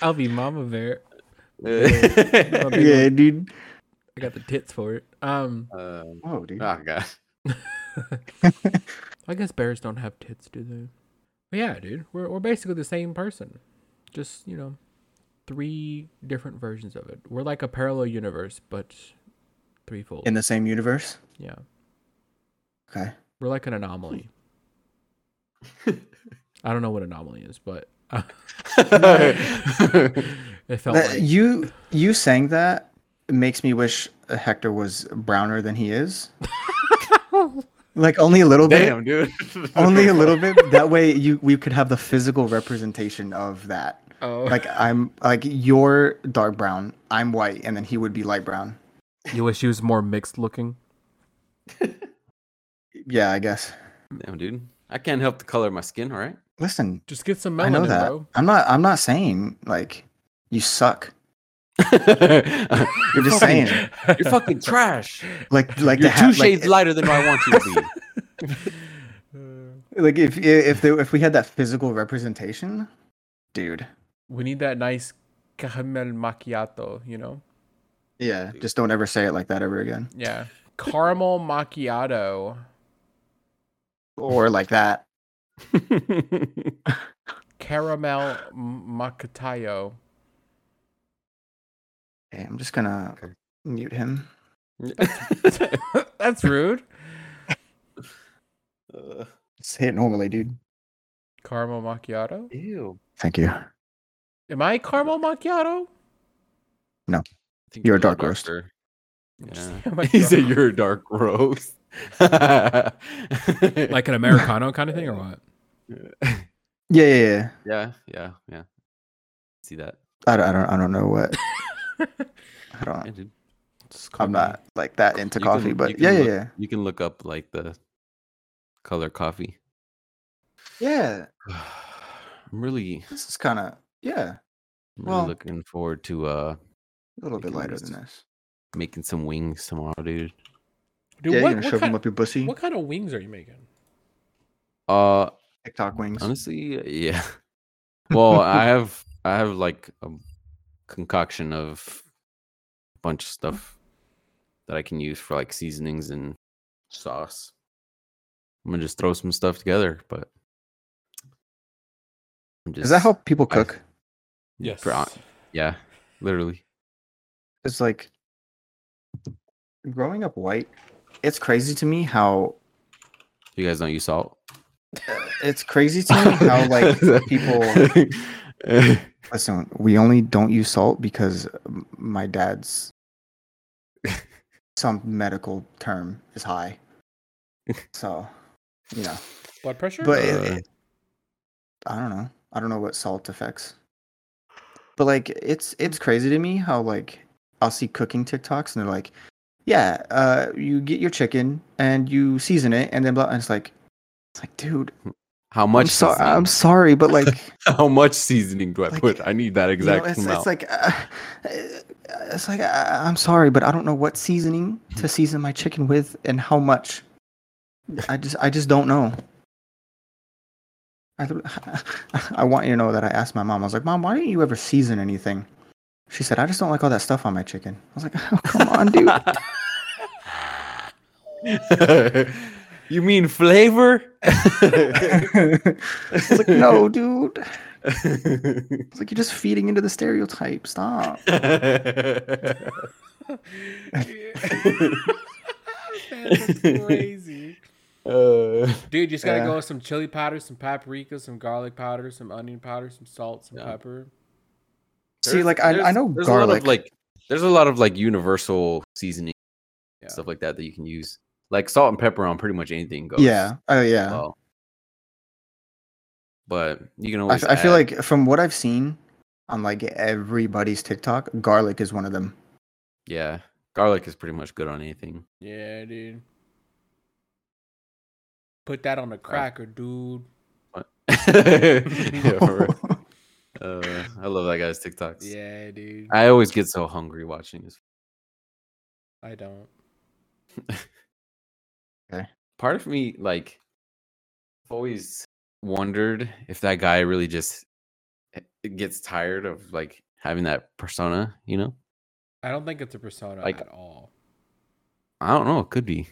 [SPEAKER 1] I'll be mama bear.
[SPEAKER 3] uh,
[SPEAKER 1] Big
[SPEAKER 2] Yeah, dude.
[SPEAKER 1] I got the tits for it. Um,
[SPEAKER 2] Oh, dude.
[SPEAKER 3] oh god.
[SPEAKER 1] I guess bears don't have tits, do they? But yeah, dude, we're we're basically the same person, just you know, three different versions of it. We're like a parallel universe, but threefold.
[SPEAKER 2] In the same universe.
[SPEAKER 1] yeah,
[SPEAKER 2] Okay.
[SPEAKER 1] we're like an anomaly. I don't know what anomaly is, but uh, it felt
[SPEAKER 2] That-
[SPEAKER 1] like
[SPEAKER 2] you you saying that makes me wish Hector was browner than he is. like only a little bit.
[SPEAKER 3] Damn, dude.
[SPEAKER 2] Only a little bit. That way, you we could have the physical representation of that.
[SPEAKER 1] oh,
[SPEAKER 2] Like I'm like you're dark brown, I'm white, and then he would be light brown.
[SPEAKER 1] you wish he was more mixed looking.
[SPEAKER 2] Yeah, I guess.
[SPEAKER 3] Damn, dude. I can't help the color of my skin. All right.
[SPEAKER 2] Listen,
[SPEAKER 1] Just get some
[SPEAKER 2] I know
[SPEAKER 1] melanin,
[SPEAKER 2] that.
[SPEAKER 1] bro.
[SPEAKER 2] I'm not. I'm not saying like you suck.
[SPEAKER 3] You're
[SPEAKER 2] just
[SPEAKER 3] fucking-
[SPEAKER 2] saying.
[SPEAKER 3] You're fucking trash.
[SPEAKER 2] Like like
[SPEAKER 3] You're
[SPEAKER 2] to
[SPEAKER 3] two
[SPEAKER 2] have- like, eh,
[SPEAKER 3] shades lighter than I want you to be.
[SPEAKER 2] Like if if they, if we had that physical representation, dude.
[SPEAKER 1] we need that nice caramel macchiato, you know.
[SPEAKER 2] Yeah, just don't ever say it like that ever again,
[SPEAKER 1] Yeah. Caramel macchiato.
[SPEAKER 2] or like that.
[SPEAKER 1] Caramel m- macchiato.
[SPEAKER 2] Okay, I'm just gonna mute him.
[SPEAKER 1] That's rude.
[SPEAKER 3] Uh,
[SPEAKER 2] Say it normally, dude.
[SPEAKER 1] Caramel macchiato.
[SPEAKER 3] ew.
[SPEAKER 2] Thank you.
[SPEAKER 1] Am I caramel macchiato?
[SPEAKER 3] I think
[SPEAKER 2] You're a dark roast.
[SPEAKER 3] darker. Yeah.
[SPEAKER 1] Am I
[SPEAKER 3] he said
[SPEAKER 1] caramel-
[SPEAKER 3] you're a dark roast.
[SPEAKER 1] like an Americano kind of thing, or what?
[SPEAKER 2] Yeah, yeah, yeah.
[SPEAKER 3] yeah, yeah, yeah. See that?
[SPEAKER 2] I don't, I don't, I don't know what. I
[SPEAKER 3] Yeah,
[SPEAKER 2] don't.
[SPEAKER 3] dude.
[SPEAKER 1] It's
[SPEAKER 2] Uh,
[SPEAKER 1] coffee.
[SPEAKER 2] I'm not like that into
[SPEAKER 3] You
[SPEAKER 2] coffee,
[SPEAKER 3] can- you
[SPEAKER 2] but
[SPEAKER 3] can
[SPEAKER 2] yeah, yeah,
[SPEAKER 3] look-
[SPEAKER 2] yeah,
[SPEAKER 3] You can look up like the color coffee.
[SPEAKER 2] yeah.
[SPEAKER 3] I'm really,
[SPEAKER 2] This is kind of yeah,
[SPEAKER 3] I'm really
[SPEAKER 2] Well-
[SPEAKER 3] looking forward to uh
[SPEAKER 2] a little bit
[SPEAKER 3] Making
[SPEAKER 2] lighter
[SPEAKER 3] this-
[SPEAKER 2] than this.
[SPEAKER 3] making some wings tomorrow, dude.
[SPEAKER 1] Dude, what,
[SPEAKER 2] yeah, you're gonna
[SPEAKER 1] what
[SPEAKER 2] shove
[SPEAKER 1] kind,
[SPEAKER 2] them up your pussy.
[SPEAKER 1] what kind of wings are you making?
[SPEAKER 3] Uh,
[SPEAKER 2] TikTok wings.
[SPEAKER 3] honestly, yeah. Well, I have I have like a concoction of a bunch of
[SPEAKER 2] Mm-hmm.
[SPEAKER 3] stuff that I can use for like seasonings and sauce. I'm gonna just throw some stuff together, but I'm
[SPEAKER 2] Does that
[SPEAKER 3] just-
[SPEAKER 2] help people
[SPEAKER 3] I-
[SPEAKER 2] cook?
[SPEAKER 1] Yes.
[SPEAKER 3] Bra- Yeah, literally.
[SPEAKER 2] It's like growing up white. It's crazy to me how uh,
[SPEAKER 3] You guys don't use salt.
[SPEAKER 2] it's crazy to me how like people Listen, we only don't use salt because m- my dad's some medical term is high. So, you know,
[SPEAKER 1] Blood pressure.
[SPEAKER 2] but it-
[SPEAKER 3] Uh.
[SPEAKER 2] it- I don't know. I don't know what salt affects. But like, it's it's crazy to me how like I'll see cooking TikToks and they're like, yeah, uh, you get your chicken and you season it and then blah. And it's like, it's like, dude,
[SPEAKER 3] How
[SPEAKER 2] I'm,
[SPEAKER 3] much?
[SPEAKER 2] so-
[SPEAKER 3] seasoning?
[SPEAKER 2] I'm sorry, but like.
[SPEAKER 3] How much seasoning do I
[SPEAKER 2] Like,
[SPEAKER 3] put? I need that
[SPEAKER 2] You know,
[SPEAKER 3] exact
[SPEAKER 2] it's,
[SPEAKER 3] amount.
[SPEAKER 2] it's like uh, uh, it's like uh, I'm sorry, but I don't know what seasoning
[SPEAKER 3] Mm-hmm.
[SPEAKER 2] to season my chicken with and how much. I just I just don't know. I don't- I want you to know that I asked my mom. I was like, "Mom, why don't you ever season anything?" She said, "I just don't like all that stuff on my chicken." I was like, "Oh, come on, dude."
[SPEAKER 3] you mean flavor?
[SPEAKER 2] I was like, "No, dude." I was like, "You're just feeding into the stereotype. Stop."
[SPEAKER 1] That's crazy.
[SPEAKER 3] Uh,
[SPEAKER 1] Dude, you just gotta
[SPEAKER 2] Yeah.
[SPEAKER 1] go with some chili powder, some paprika, some garlic powder, some onion powder, some salt, some
[SPEAKER 3] Yeah.
[SPEAKER 1] pepper.
[SPEAKER 2] See, like I, I
[SPEAKER 3] there's-
[SPEAKER 2] know
[SPEAKER 3] there's a lot
[SPEAKER 2] garlic.
[SPEAKER 3] of, like there's a lot of like universal seasoning
[SPEAKER 1] Yeah.
[SPEAKER 3] stuff like that that you can use. Like salt and pepper on pretty much anything goes.
[SPEAKER 2] yeah. Oh yeah.
[SPEAKER 3] well. But you can
[SPEAKER 2] I
[SPEAKER 3] always.
[SPEAKER 2] f- I feel
[SPEAKER 3] add-
[SPEAKER 2] like from what I've seen on like everybody's TikTok, garlic is one of them.
[SPEAKER 3] yeah, garlic is pretty much good on anything.
[SPEAKER 1] Yeah, dude. Put that on a cracker, dude.
[SPEAKER 3] But- Yeah, for real. Uh, I love that guy's TikToks.
[SPEAKER 1] Yeah, dude.
[SPEAKER 3] I always get so hungry watching this.
[SPEAKER 1] I don't.
[SPEAKER 3] Part of me, like, I've always wondered if that guy really just eh, gets tired of like having that persona. You know,
[SPEAKER 1] I don't think it's a persona
[SPEAKER 3] Like-
[SPEAKER 1] at all.
[SPEAKER 3] I don't know. It could be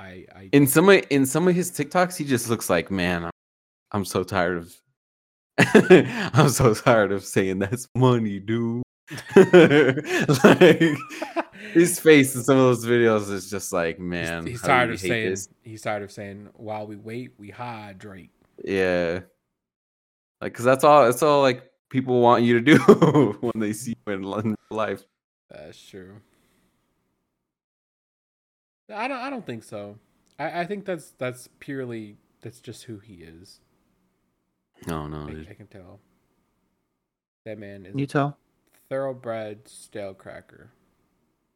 [SPEAKER 1] I, I
[SPEAKER 3] in some of in some of his TikToks, he just looks like, man, I'm, I'm so tired of. I'm so tired of saying that's money, dude. like, his face in some of those videos is just like,
[SPEAKER 1] He's-
[SPEAKER 3] man,
[SPEAKER 1] he's
[SPEAKER 3] I
[SPEAKER 1] tired
[SPEAKER 3] really
[SPEAKER 1] of
[SPEAKER 3] hate
[SPEAKER 1] saying
[SPEAKER 3] this."
[SPEAKER 1] he's tired of saying while we wait, we hydrate.
[SPEAKER 3] yeah, like, cause that's all. That's all like people want you to do when they see you in li- life.
[SPEAKER 1] That's true. I don't. I don't think so. I, I think that's that's purely that's just who he is.
[SPEAKER 3] No, Oh, no,
[SPEAKER 1] I, I
[SPEAKER 3] dude.
[SPEAKER 1] can tell. That man is
[SPEAKER 2] You
[SPEAKER 1] a
[SPEAKER 2] tell?
[SPEAKER 1] thoroughbred stale cracker.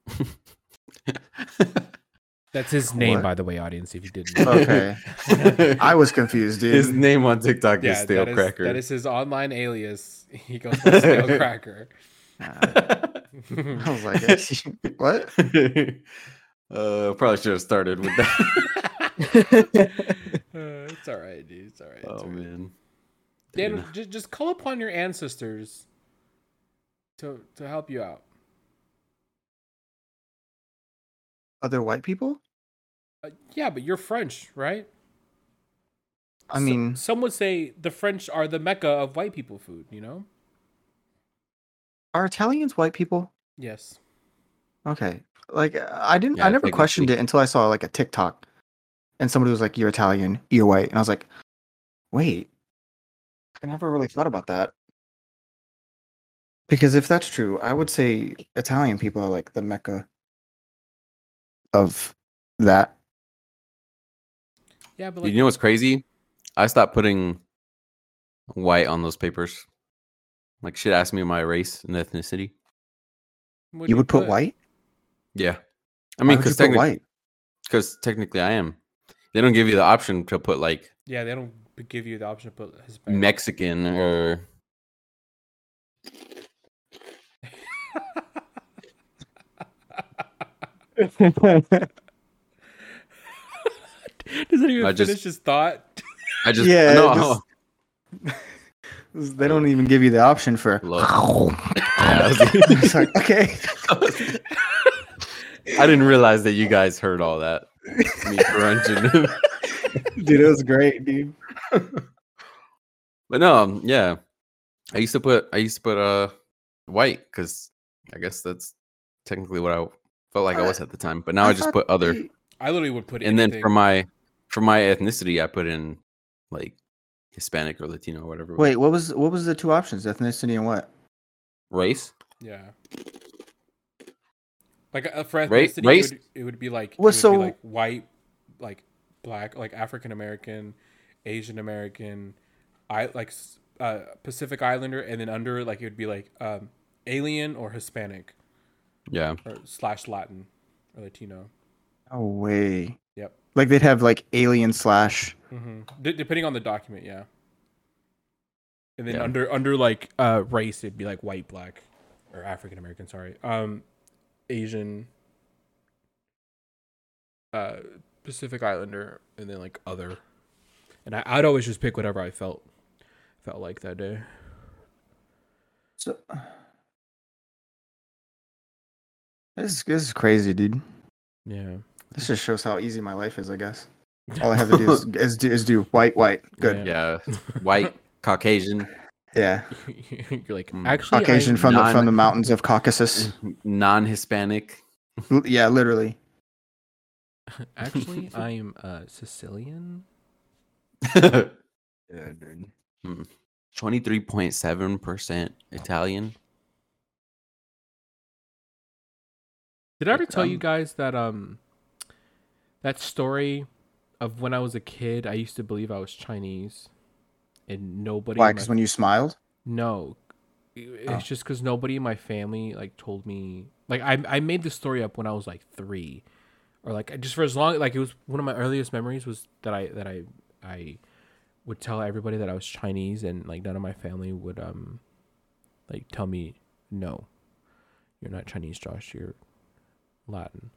[SPEAKER 1] That's his name,
[SPEAKER 2] What?
[SPEAKER 1] by the way, audience. If you didn't, know.
[SPEAKER 2] Okay. I was confused, dude.
[SPEAKER 3] his name on TikTok is
[SPEAKER 1] yeah,
[SPEAKER 3] Stale
[SPEAKER 1] that is
[SPEAKER 3] Cracker.
[SPEAKER 1] that is his online alias. He goes by stale cracker.
[SPEAKER 2] Uh, I was like, "Eh, what?
[SPEAKER 3] uh, probably should have started with that.
[SPEAKER 1] Uh, it's all right, dude. It's all right. It's all
[SPEAKER 3] oh
[SPEAKER 1] right.
[SPEAKER 3] man,
[SPEAKER 1] Dan,
[SPEAKER 3] Dude,
[SPEAKER 1] just, just call upon your ancestors to to help you out.
[SPEAKER 2] Other white people?
[SPEAKER 1] Uh, yeah, but you're French, right?
[SPEAKER 2] I
[SPEAKER 1] So-
[SPEAKER 2] mean,
[SPEAKER 1] some would say the French are the mecca of white people food. You know?
[SPEAKER 2] are Italians white people?
[SPEAKER 1] Yes.
[SPEAKER 2] Okay. Like uh, I didn't
[SPEAKER 3] Yeah,
[SPEAKER 2] I
[SPEAKER 3] it's
[SPEAKER 2] never
[SPEAKER 3] like a
[SPEAKER 2] questioned
[SPEAKER 3] tweak.
[SPEAKER 2] it until I saw like a TikTok and somebody was like, You're Italian, you're white. And I was like, Wait. I never really thought about that. Because if that's true, I would say Italian people are like the mecca of that.
[SPEAKER 1] Yeah, but
[SPEAKER 3] you know what's crazy? I stopped putting white on those papers. Like shit asked me my race and ethnicity.
[SPEAKER 1] what do
[SPEAKER 2] You would put, white?
[SPEAKER 3] Yeah. I
[SPEAKER 2] Why
[SPEAKER 3] mean,
[SPEAKER 2] would you
[SPEAKER 3] because
[SPEAKER 2] put white.
[SPEAKER 3] because technically I am. They don't give you the option to put like
[SPEAKER 1] Yeah, they don't b- give you the option to put Hispanic.
[SPEAKER 3] Mexican or
[SPEAKER 1] Doesn't even
[SPEAKER 3] I just-
[SPEAKER 1] finish his thought.
[SPEAKER 3] I just
[SPEAKER 2] Yeah,
[SPEAKER 3] no.
[SPEAKER 2] just- they don't even give you the option for
[SPEAKER 3] Look. Yeah, I, was-
[SPEAKER 2] it's like, okay.
[SPEAKER 3] I didn't realize that you guys heard all that. Me grunting.
[SPEAKER 2] Dude, it was great, dude.
[SPEAKER 3] but no, um, yeah. I used to put I used to put uh white because I guess that's technically what I felt like I was at the time. But now I, just
[SPEAKER 2] thought
[SPEAKER 3] put other.
[SPEAKER 2] they-
[SPEAKER 1] I literally would put
[SPEAKER 3] and
[SPEAKER 1] anything.
[SPEAKER 3] then for my for my ethnicity i put in like hispanic or latino or whatever it was.
[SPEAKER 2] Wait, what was what was the two options? Ethnicity and what?
[SPEAKER 3] race
[SPEAKER 1] yeah. Like uh, for
[SPEAKER 3] Ra-
[SPEAKER 1] ethnicity,
[SPEAKER 3] race-
[SPEAKER 1] it, would, it would be like it
[SPEAKER 2] Well,
[SPEAKER 1] would be,
[SPEAKER 2] so-
[SPEAKER 1] like white, like black, like African American, Asian American, I like s- uh, Pacific Islander, and then under like it would be like um, alien or Hispanic
[SPEAKER 3] yeah
[SPEAKER 1] or slash Latin or Latino.
[SPEAKER 2] No way.
[SPEAKER 1] Yep.
[SPEAKER 2] Like they'd have like alien slash.
[SPEAKER 1] hmm De- depending on the document, yeah. And then
[SPEAKER 3] Yeah.
[SPEAKER 1] under under like uh race, it'd be like white, black, or African American. Sorry, um, Asian, uh, Pacific Islander, and then like other. And I, I'd always just pick whatever I felt felt like that day.
[SPEAKER 2] So, this is this is crazy, dude.
[SPEAKER 1] Yeah.
[SPEAKER 2] This just shows how easy my life is, I guess. All I have to do is is do, is do white, white, good.
[SPEAKER 3] yeah white caucasian
[SPEAKER 2] Yeah,
[SPEAKER 1] You're like
[SPEAKER 3] Mm.
[SPEAKER 1] actually
[SPEAKER 2] Caucasian
[SPEAKER 1] I-
[SPEAKER 2] from the from
[SPEAKER 3] non-
[SPEAKER 2] the mountains of Caucasus.
[SPEAKER 3] non-hispanic
[SPEAKER 2] L- yeah, literally.
[SPEAKER 1] actually I'm uh Sicilian.
[SPEAKER 3] yeah,
[SPEAKER 2] dude.
[SPEAKER 3] 23.7% italian
[SPEAKER 1] Did I ever tell you
[SPEAKER 3] Um,
[SPEAKER 1] guys that um that story of when I was a kid, I used to believe I was Chinese, and nobody.
[SPEAKER 2] Why?
[SPEAKER 1] in my-
[SPEAKER 2] Because when you smiled,
[SPEAKER 1] no, it's
[SPEAKER 2] Oh.
[SPEAKER 1] just because nobody in my family like told me. Like I I made this story up when I was like three, or like I- just for as long like it was one of my earliest memories was that I that I I would tell everybody that I was Chinese, and like none of my family would um like tell me no, you're not Chinese, Josh. You're Latin.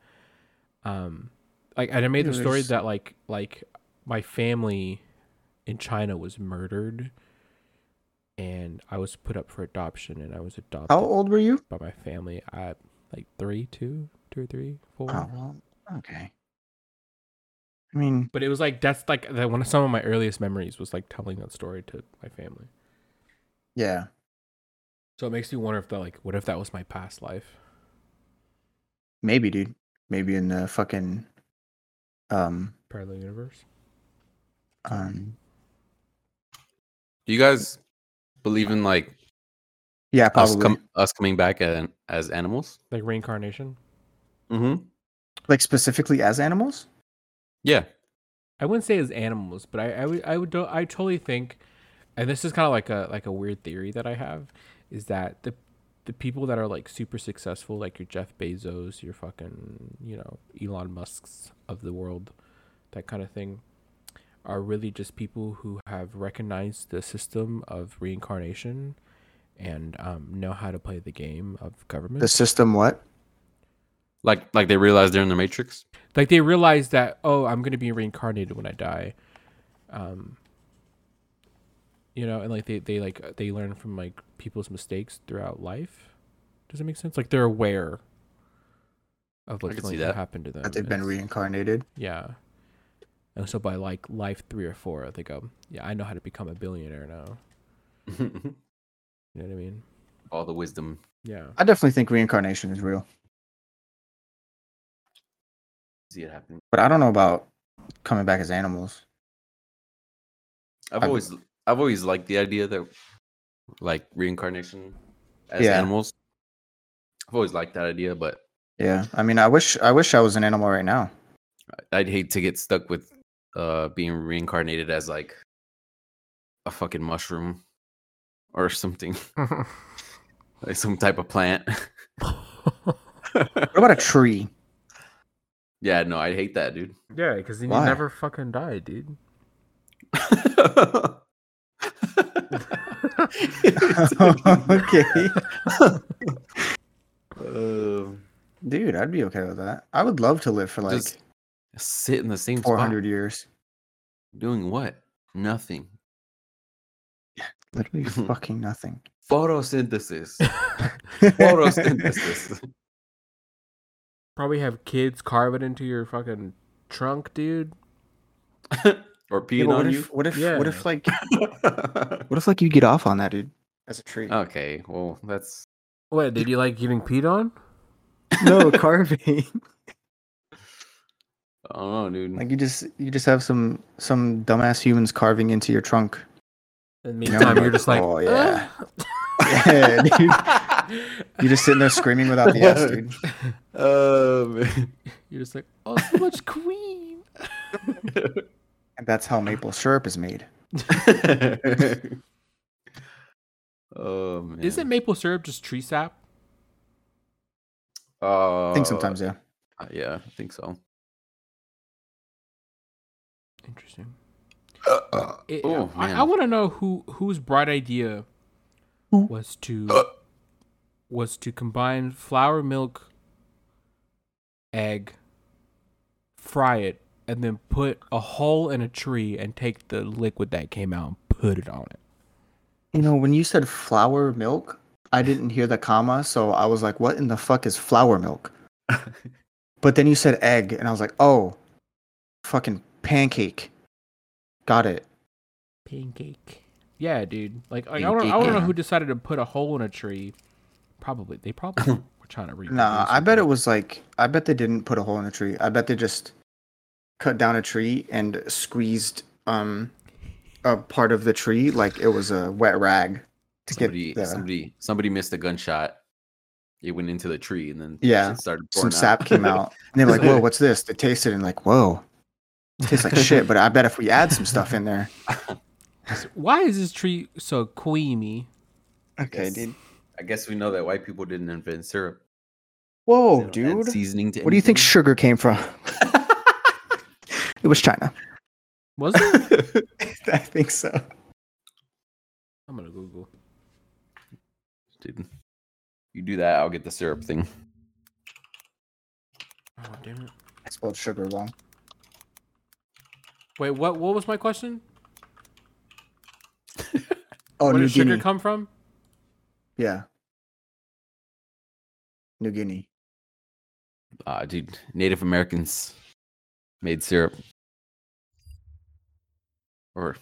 [SPEAKER 1] Um, like and I made the
[SPEAKER 2] Yeah,
[SPEAKER 1] story
[SPEAKER 2] there's-
[SPEAKER 1] that like like my family in China was murdered, and I was put up for adoption, and I was adopted
[SPEAKER 2] how old were you?
[SPEAKER 1] by my family at like three, two, two or three, four.
[SPEAKER 2] Oh, well, okay. I mean,
[SPEAKER 1] But it was like that's like that one of some of my earliest memories was like telling that story to my family.
[SPEAKER 2] yeah.
[SPEAKER 1] So it makes me wonder if that like what if that was my past life?
[SPEAKER 2] Maybe, dude. Maybe in the fucking um
[SPEAKER 1] Parallel universe.
[SPEAKER 2] um
[SPEAKER 3] do you guys believe in like
[SPEAKER 2] yeah,
[SPEAKER 3] us,
[SPEAKER 2] probably
[SPEAKER 3] com- us coming back an- as animals
[SPEAKER 1] Like reincarnation.
[SPEAKER 3] mm-hmm
[SPEAKER 2] like specifically as animals.
[SPEAKER 3] yeah
[SPEAKER 1] I wouldn't say as animals, but I, I would I would do- I totally think, and this is kind of like a like a weird theory that I have, is that the the people that are like super successful, like your Jeff Bezos, your fucking you know Elon Musk's of the world, that kind of thing, are really just people who have recognized the system of reincarnation, and um, know how to play the game of government.
[SPEAKER 2] The system what?
[SPEAKER 3] like like they realize they're in the matrix
[SPEAKER 1] like they realize that oh i'm gonna be reincarnated when i die um you know and like they, they like they learn from like people's mistakes throughout life does it make sense like they're aware of like
[SPEAKER 3] can see
[SPEAKER 1] something
[SPEAKER 3] that.
[SPEAKER 1] that happened to them
[SPEAKER 2] That they've been
[SPEAKER 1] It's-
[SPEAKER 2] reincarnated.
[SPEAKER 1] yeah and so by like life three or four they go yeah i know how to become a billionaire now you know what i mean
[SPEAKER 3] all the wisdom
[SPEAKER 1] yeah
[SPEAKER 2] I definitely think reincarnation is real.
[SPEAKER 3] see it happening.
[SPEAKER 2] But I don't know about coming back as animals.
[SPEAKER 3] I've
[SPEAKER 2] I've-
[SPEAKER 3] always I've always liked the idea that like reincarnation as
[SPEAKER 2] Yeah.
[SPEAKER 3] animals. I've always liked that idea, but
[SPEAKER 2] Yeah, I mean, I wish I wish I was an animal right now.
[SPEAKER 3] I'd hate to get stuck with uh being reincarnated as like a fucking mushroom or something, like some type of plant.
[SPEAKER 2] What about a tree?
[SPEAKER 3] yeah, no, I'd hate that, dude.
[SPEAKER 1] yeah, because then
[SPEAKER 2] Why?
[SPEAKER 1] you never fucking die, dude.
[SPEAKER 2] okay,
[SPEAKER 3] Um,
[SPEAKER 2] dude, I'd be okay with that. I would love to live for like
[SPEAKER 3] Just sit in the same
[SPEAKER 2] four
[SPEAKER 3] spot.
[SPEAKER 2] hundred years.
[SPEAKER 3] Doing what? Nothing.
[SPEAKER 2] Literally fucking nothing.
[SPEAKER 3] Photosynthesis. Photosynthesis.
[SPEAKER 1] Probably have kids carve it into your fucking trunk, dude.
[SPEAKER 3] or
[SPEAKER 2] Yeah,
[SPEAKER 3] peeing
[SPEAKER 2] but what
[SPEAKER 3] on
[SPEAKER 2] if
[SPEAKER 3] you.
[SPEAKER 2] what if what if
[SPEAKER 1] Yeah.
[SPEAKER 2] like what if like you get off on that, dude? As a tree?
[SPEAKER 3] okay, well that's
[SPEAKER 1] What did you like getting peed on?
[SPEAKER 2] No carving.
[SPEAKER 3] I don't know, dude.
[SPEAKER 2] like you just you just have some some dumbass humans carving into your trunk.
[SPEAKER 1] And
[SPEAKER 2] You know,
[SPEAKER 1] meantime, you're
[SPEAKER 2] like,
[SPEAKER 1] just like,
[SPEAKER 2] "Oh,
[SPEAKER 1] oh
[SPEAKER 2] yeah."
[SPEAKER 1] yeah.
[SPEAKER 2] Yeah, dude. You're just sitting there screaming without the ass, dude.
[SPEAKER 3] Um,
[SPEAKER 1] You're just like, oh, so much cream.
[SPEAKER 2] And that's how maple syrup is made.
[SPEAKER 3] oh man.
[SPEAKER 1] Isn't maple syrup just tree sap?
[SPEAKER 3] Uh,
[SPEAKER 2] I think sometimes, yeah.
[SPEAKER 3] Yeah, I think so.
[SPEAKER 1] Interesting.
[SPEAKER 2] Uh,
[SPEAKER 3] Oh
[SPEAKER 1] It-
[SPEAKER 3] man.
[SPEAKER 1] I, I want to know who whose bright idea
[SPEAKER 2] Who? Uh.
[SPEAKER 1] was to was to combine flour, milk, egg, fry it, and then put a hole in a tree and take the liquid that came out and put it on it.
[SPEAKER 2] You know, when you said flour milk, I didn't hear the comma, so I was like, what in the fuck is flour milk? but then you said egg, and I was like, oh, fucking pancake. Got it.
[SPEAKER 1] Pancake. Yeah, dude. Like, like I want to I want to know who decided to put a hole in a tree. Probably they probably were trying to read.
[SPEAKER 2] Nah, I bet it was like, I bet they didn't put a hole in a tree. I bet they just cut down a tree and squeezed um a part of the tree like it was a wet rag to
[SPEAKER 3] somebody,
[SPEAKER 2] get the,
[SPEAKER 3] somebody, somebody missed a gunshot. It went into the tree and then
[SPEAKER 2] Yeah,
[SPEAKER 3] shit started
[SPEAKER 2] some
[SPEAKER 3] pouring
[SPEAKER 2] sap came out and they were like whoa what's this they tasted it and like whoa tastes like shit but i bet if we add some stuff in there
[SPEAKER 1] Why is this tree so creamy?
[SPEAKER 2] okay
[SPEAKER 3] Yes. I guess we know that white people didn't invent syrup.
[SPEAKER 2] whoa
[SPEAKER 3] They don't add
[SPEAKER 2] Oh, dude
[SPEAKER 3] seasoning to
[SPEAKER 2] where do you think
[SPEAKER 3] anything.
[SPEAKER 2] sugar came from it was china
[SPEAKER 1] Was it?
[SPEAKER 2] i think so
[SPEAKER 1] I'm gonna Google.
[SPEAKER 3] Dude, you do that, I'll get the syrup thing.
[SPEAKER 1] Oh damn it!
[SPEAKER 2] i spelled sugar wrong
[SPEAKER 1] Wait, what? What was my question?
[SPEAKER 2] oh
[SPEAKER 1] Where
[SPEAKER 2] new
[SPEAKER 1] did sugar
[SPEAKER 2] guinea
[SPEAKER 1] come from?
[SPEAKER 2] yeah new guinea
[SPEAKER 3] Ah, dude, Native Americans made syrup. Or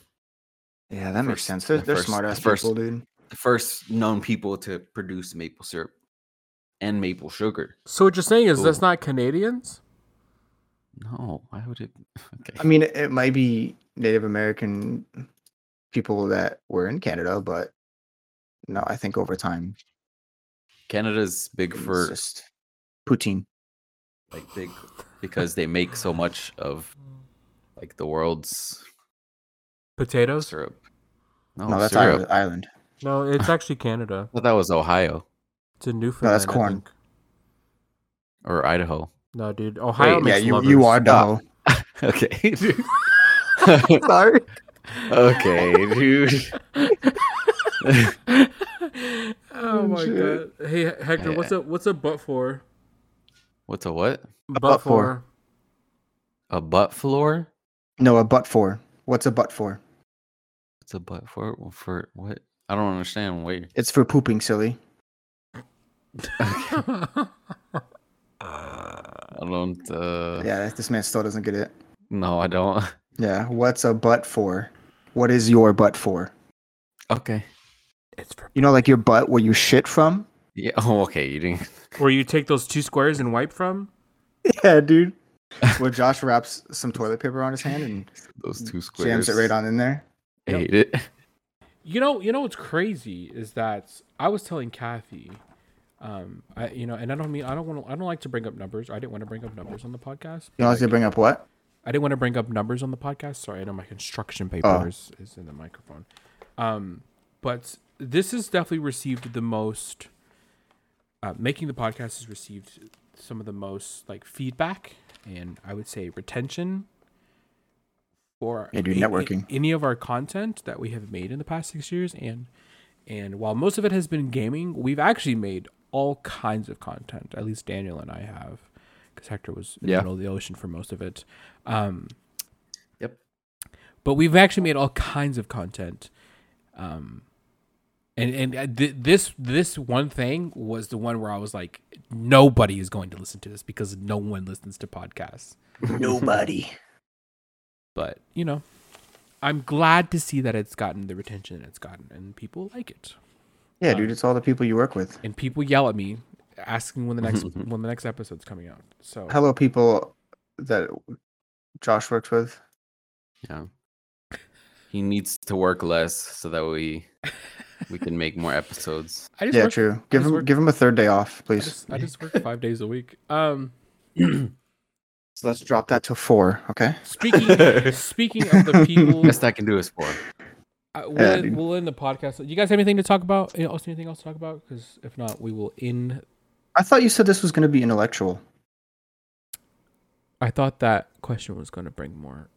[SPEAKER 2] yeah that makes
[SPEAKER 3] First-
[SPEAKER 2] sense they're,
[SPEAKER 3] the
[SPEAKER 2] they're
[SPEAKER 3] first-
[SPEAKER 2] smart ass
[SPEAKER 3] the first-
[SPEAKER 2] people dude
[SPEAKER 3] the first known people to produce maple syrup and maple sugar.
[SPEAKER 1] So what you're saying is that's
[SPEAKER 3] Ooh.
[SPEAKER 1] not Canadians?
[SPEAKER 3] No, why would it? Okay.
[SPEAKER 2] I mean, it, it might be Native American people that were in Canada, but no, I think over time
[SPEAKER 3] Canada's big
[SPEAKER 2] it's
[SPEAKER 3] for
[SPEAKER 2] just poutine.
[SPEAKER 3] like big because they make so much of like the world's
[SPEAKER 1] Potatoes?
[SPEAKER 3] syrup. No,
[SPEAKER 2] no, that's
[SPEAKER 3] syrup.
[SPEAKER 2] Ireland. Ireland.
[SPEAKER 1] No, it's actually Canada.
[SPEAKER 3] I thought that was Ohio
[SPEAKER 1] It's in Newfoundland.
[SPEAKER 2] that's corn.
[SPEAKER 1] I think.
[SPEAKER 3] or Idaho.
[SPEAKER 1] No, dude. Ohio
[SPEAKER 3] Wait,
[SPEAKER 2] Yeah,
[SPEAKER 1] makes
[SPEAKER 2] you,
[SPEAKER 1] lovers.
[SPEAKER 2] you are dumb.
[SPEAKER 3] Okay. dude.
[SPEAKER 2] Sorry.
[SPEAKER 3] okay, dude.
[SPEAKER 1] oh my
[SPEAKER 2] Shit.
[SPEAKER 1] god. Hey Hector, what's a what's a butt for?
[SPEAKER 3] What's a what?
[SPEAKER 1] Butt,
[SPEAKER 2] butt for.
[SPEAKER 1] for.
[SPEAKER 3] A butt floor?
[SPEAKER 2] No, a butt for. What's a butt for?
[SPEAKER 3] It's a butt for well, for what? I don't understand. Wait.
[SPEAKER 2] It's for pooping, silly.
[SPEAKER 3] I don't uh
[SPEAKER 2] Yeah, that- this man still doesn't get it.
[SPEAKER 3] no, I don't.
[SPEAKER 2] Yeah, what's a butt for? What is your butt for?
[SPEAKER 3] Okay.
[SPEAKER 1] it's for
[SPEAKER 2] You know, like your butt where you shit from?
[SPEAKER 3] Yeah. Oh, okay. You didn't.
[SPEAKER 1] where you take those two squares and wipe from?
[SPEAKER 2] Yeah, dude. Where Josh wraps some toilet paper on his hand and
[SPEAKER 3] Those two squares.
[SPEAKER 2] jams it right on in there.
[SPEAKER 3] Hate it.
[SPEAKER 1] You know, you know what's crazy is that I was telling Kathy, um, I you know, and I don't mean I don't want to I don't like to bring up numbers. I didn't want to bring up numbers on the podcast.
[SPEAKER 2] You like to bring up what?
[SPEAKER 1] I didn't want to bring up numbers on the podcast. Sorry, I know my construction paper
[SPEAKER 2] Oh.
[SPEAKER 1] is, is in the microphone. Um, but this has definitely received the most. Uh, making the podcast has received some of the most like feedback and I would say retention for
[SPEAKER 2] Yeah, dude,
[SPEAKER 1] a- a-
[SPEAKER 2] networking.
[SPEAKER 1] any of our content that we have made in the past six years and and while most of it has been gaming, we've actually made all kinds of content. At least Daniel and I have, because Hector was in
[SPEAKER 3] Yeah.
[SPEAKER 1] the middle of the ocean for most of it. Um,
[SPEAKER 3] Yep.
[SPEAKER 1] But we've actually made all kinds of content, um, and and uh, th- this this one thing was the one where I was like, nobody is going to listen to this because no one listens to podcasts.
[SPEAKER 2] Nobody.
[SPEAKER 1] But you know, I'm glad to see that it's gotten the retention it's gotten, and people like it.
[SPEAKER 2] Yeah, dude, it's all the people you work with.
[SPEAKER 1] and people yell at me asking when the next when the next episode's coming out. So
[SPEAKER 2] Hello, people that Josh works with.
[SPEAKER 3] Yeah. He needs to work less so that we we can make more episodes.
[SPEAKER 1] I just
[SPEAKER 2] Yeah,
[SPEAKER 1] work,
[SPEAKER 2] true. Give
[SPEAKER 1] just
[SPEAKER 2] him
[SPEAKER 1] work-
[SPEAKER 2] give him a third day off,
[SPEAKER 1] I
[SPEAKER 2] please.
[SPEAKER 1] just, I just work five days a week. Um,
[SPEAKER 2] So let's drop that to four, okay?
[SPEAKER 1] speaking speaking of the people,
[SPEAKER 3] Best I can do is four.
[SPEAKER 1] uh, we'll,
[SPEAKER 2] Yeah,
[SPEAKER 1] end,
[SPEAKER 2] dude.
[SPEAKER 1] we'll end the podcast. You guys have anything to talk about? Any- Also, anything else to talk about? Because if not, we will end.
[SPEAKER 2] I thought you said this was gonna be intellectual.
[SPEAKER 1] I thought that question was going to bring more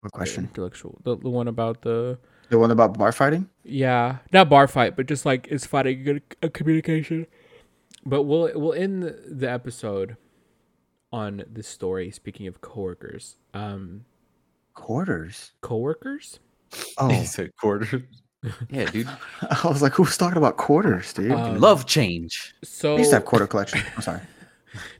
[SPEAKER 2] What question?
[SPEAKER 1] intellectual. The, the one about the
[SPEAKER 2] The one about bar fighting?
[SPEAKER 1] Yeah, not bar fight, but just like it's fighting good a communication. But we'll we'll end the- the episode on this story. Speaking of coworkers, um,
[SPEAKER 2] Quarters.
[SPEAKER 1] coworkers.
[SPEAKER 2] Oh,
[SPEAKER 3] said quarter. Yeah, dude.
[SPEAKER 2] I was like, who's talking about quarters, dude?
[SPEAKER 1] Um,
[SPEAKER 3] Love change.
[SPEAKER 1] So,
[SPEAKER 2] I used to have quarter collection. I'm sorry.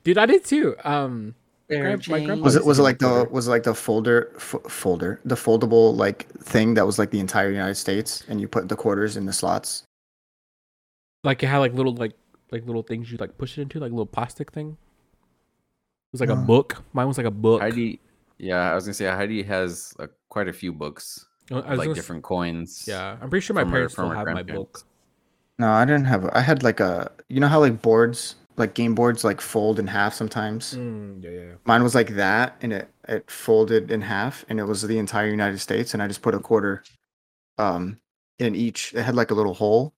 [SPEAKER 1] dude, I did too. Um, gran- my grandpa
[SPEAKER 2] Was it
[SPEAKER 1] used
[SPEAKER 2] was
[SPEAKER 1] to
[SPEAKER 2] it
[SPEAKER 1] give
[SPEAKER 2] like
[SPEAKER 1] me
[SPEAKER 2] the
[SPEAKER 1] quarter.
[SPEAKER 2] was it like the folder f- folder the foldable like thing that was like the entire United States and you put the quarters in the slots?
[SPEAKER 1] like it had like little like like little things you like push it into, like little plastic thing. It was like a
[SPEAKER 2] No.
[SPEAKER 1] book. Mine was like a book.
[SPEAKER 3] Heidi Yeah, I was gonna say Heidi has uh, quite a few books,
[SPEAKER 1] I was
[SPEAKER 3] of, like
[SPEAKER 1] gonna s-
[SPEAKER 3] different coins.
[SPEAKER 1] Yeah, I'm pretty sure my
[SPEAKER 3] from her-
[SPEAKER 1] parents
[SPEAKER 3] from
[SPEAKER 1] still
[SPEAKER 3] her
[SPEAKER 1] have my
[SPEAKER 3] grandparents.
[SPEAKER 1] book.
[SPEAKER 2] No, I didn't have. I had like a you know how like boards like game boards like fold in half sometimes.
[SPEAKER 1] Mm, yeah, yeah. yeah.
[SPEAKER 2] Mine was like that and it it folded in half and it was the entire United States and I just put a quarter, um, in each. It had like a little hole,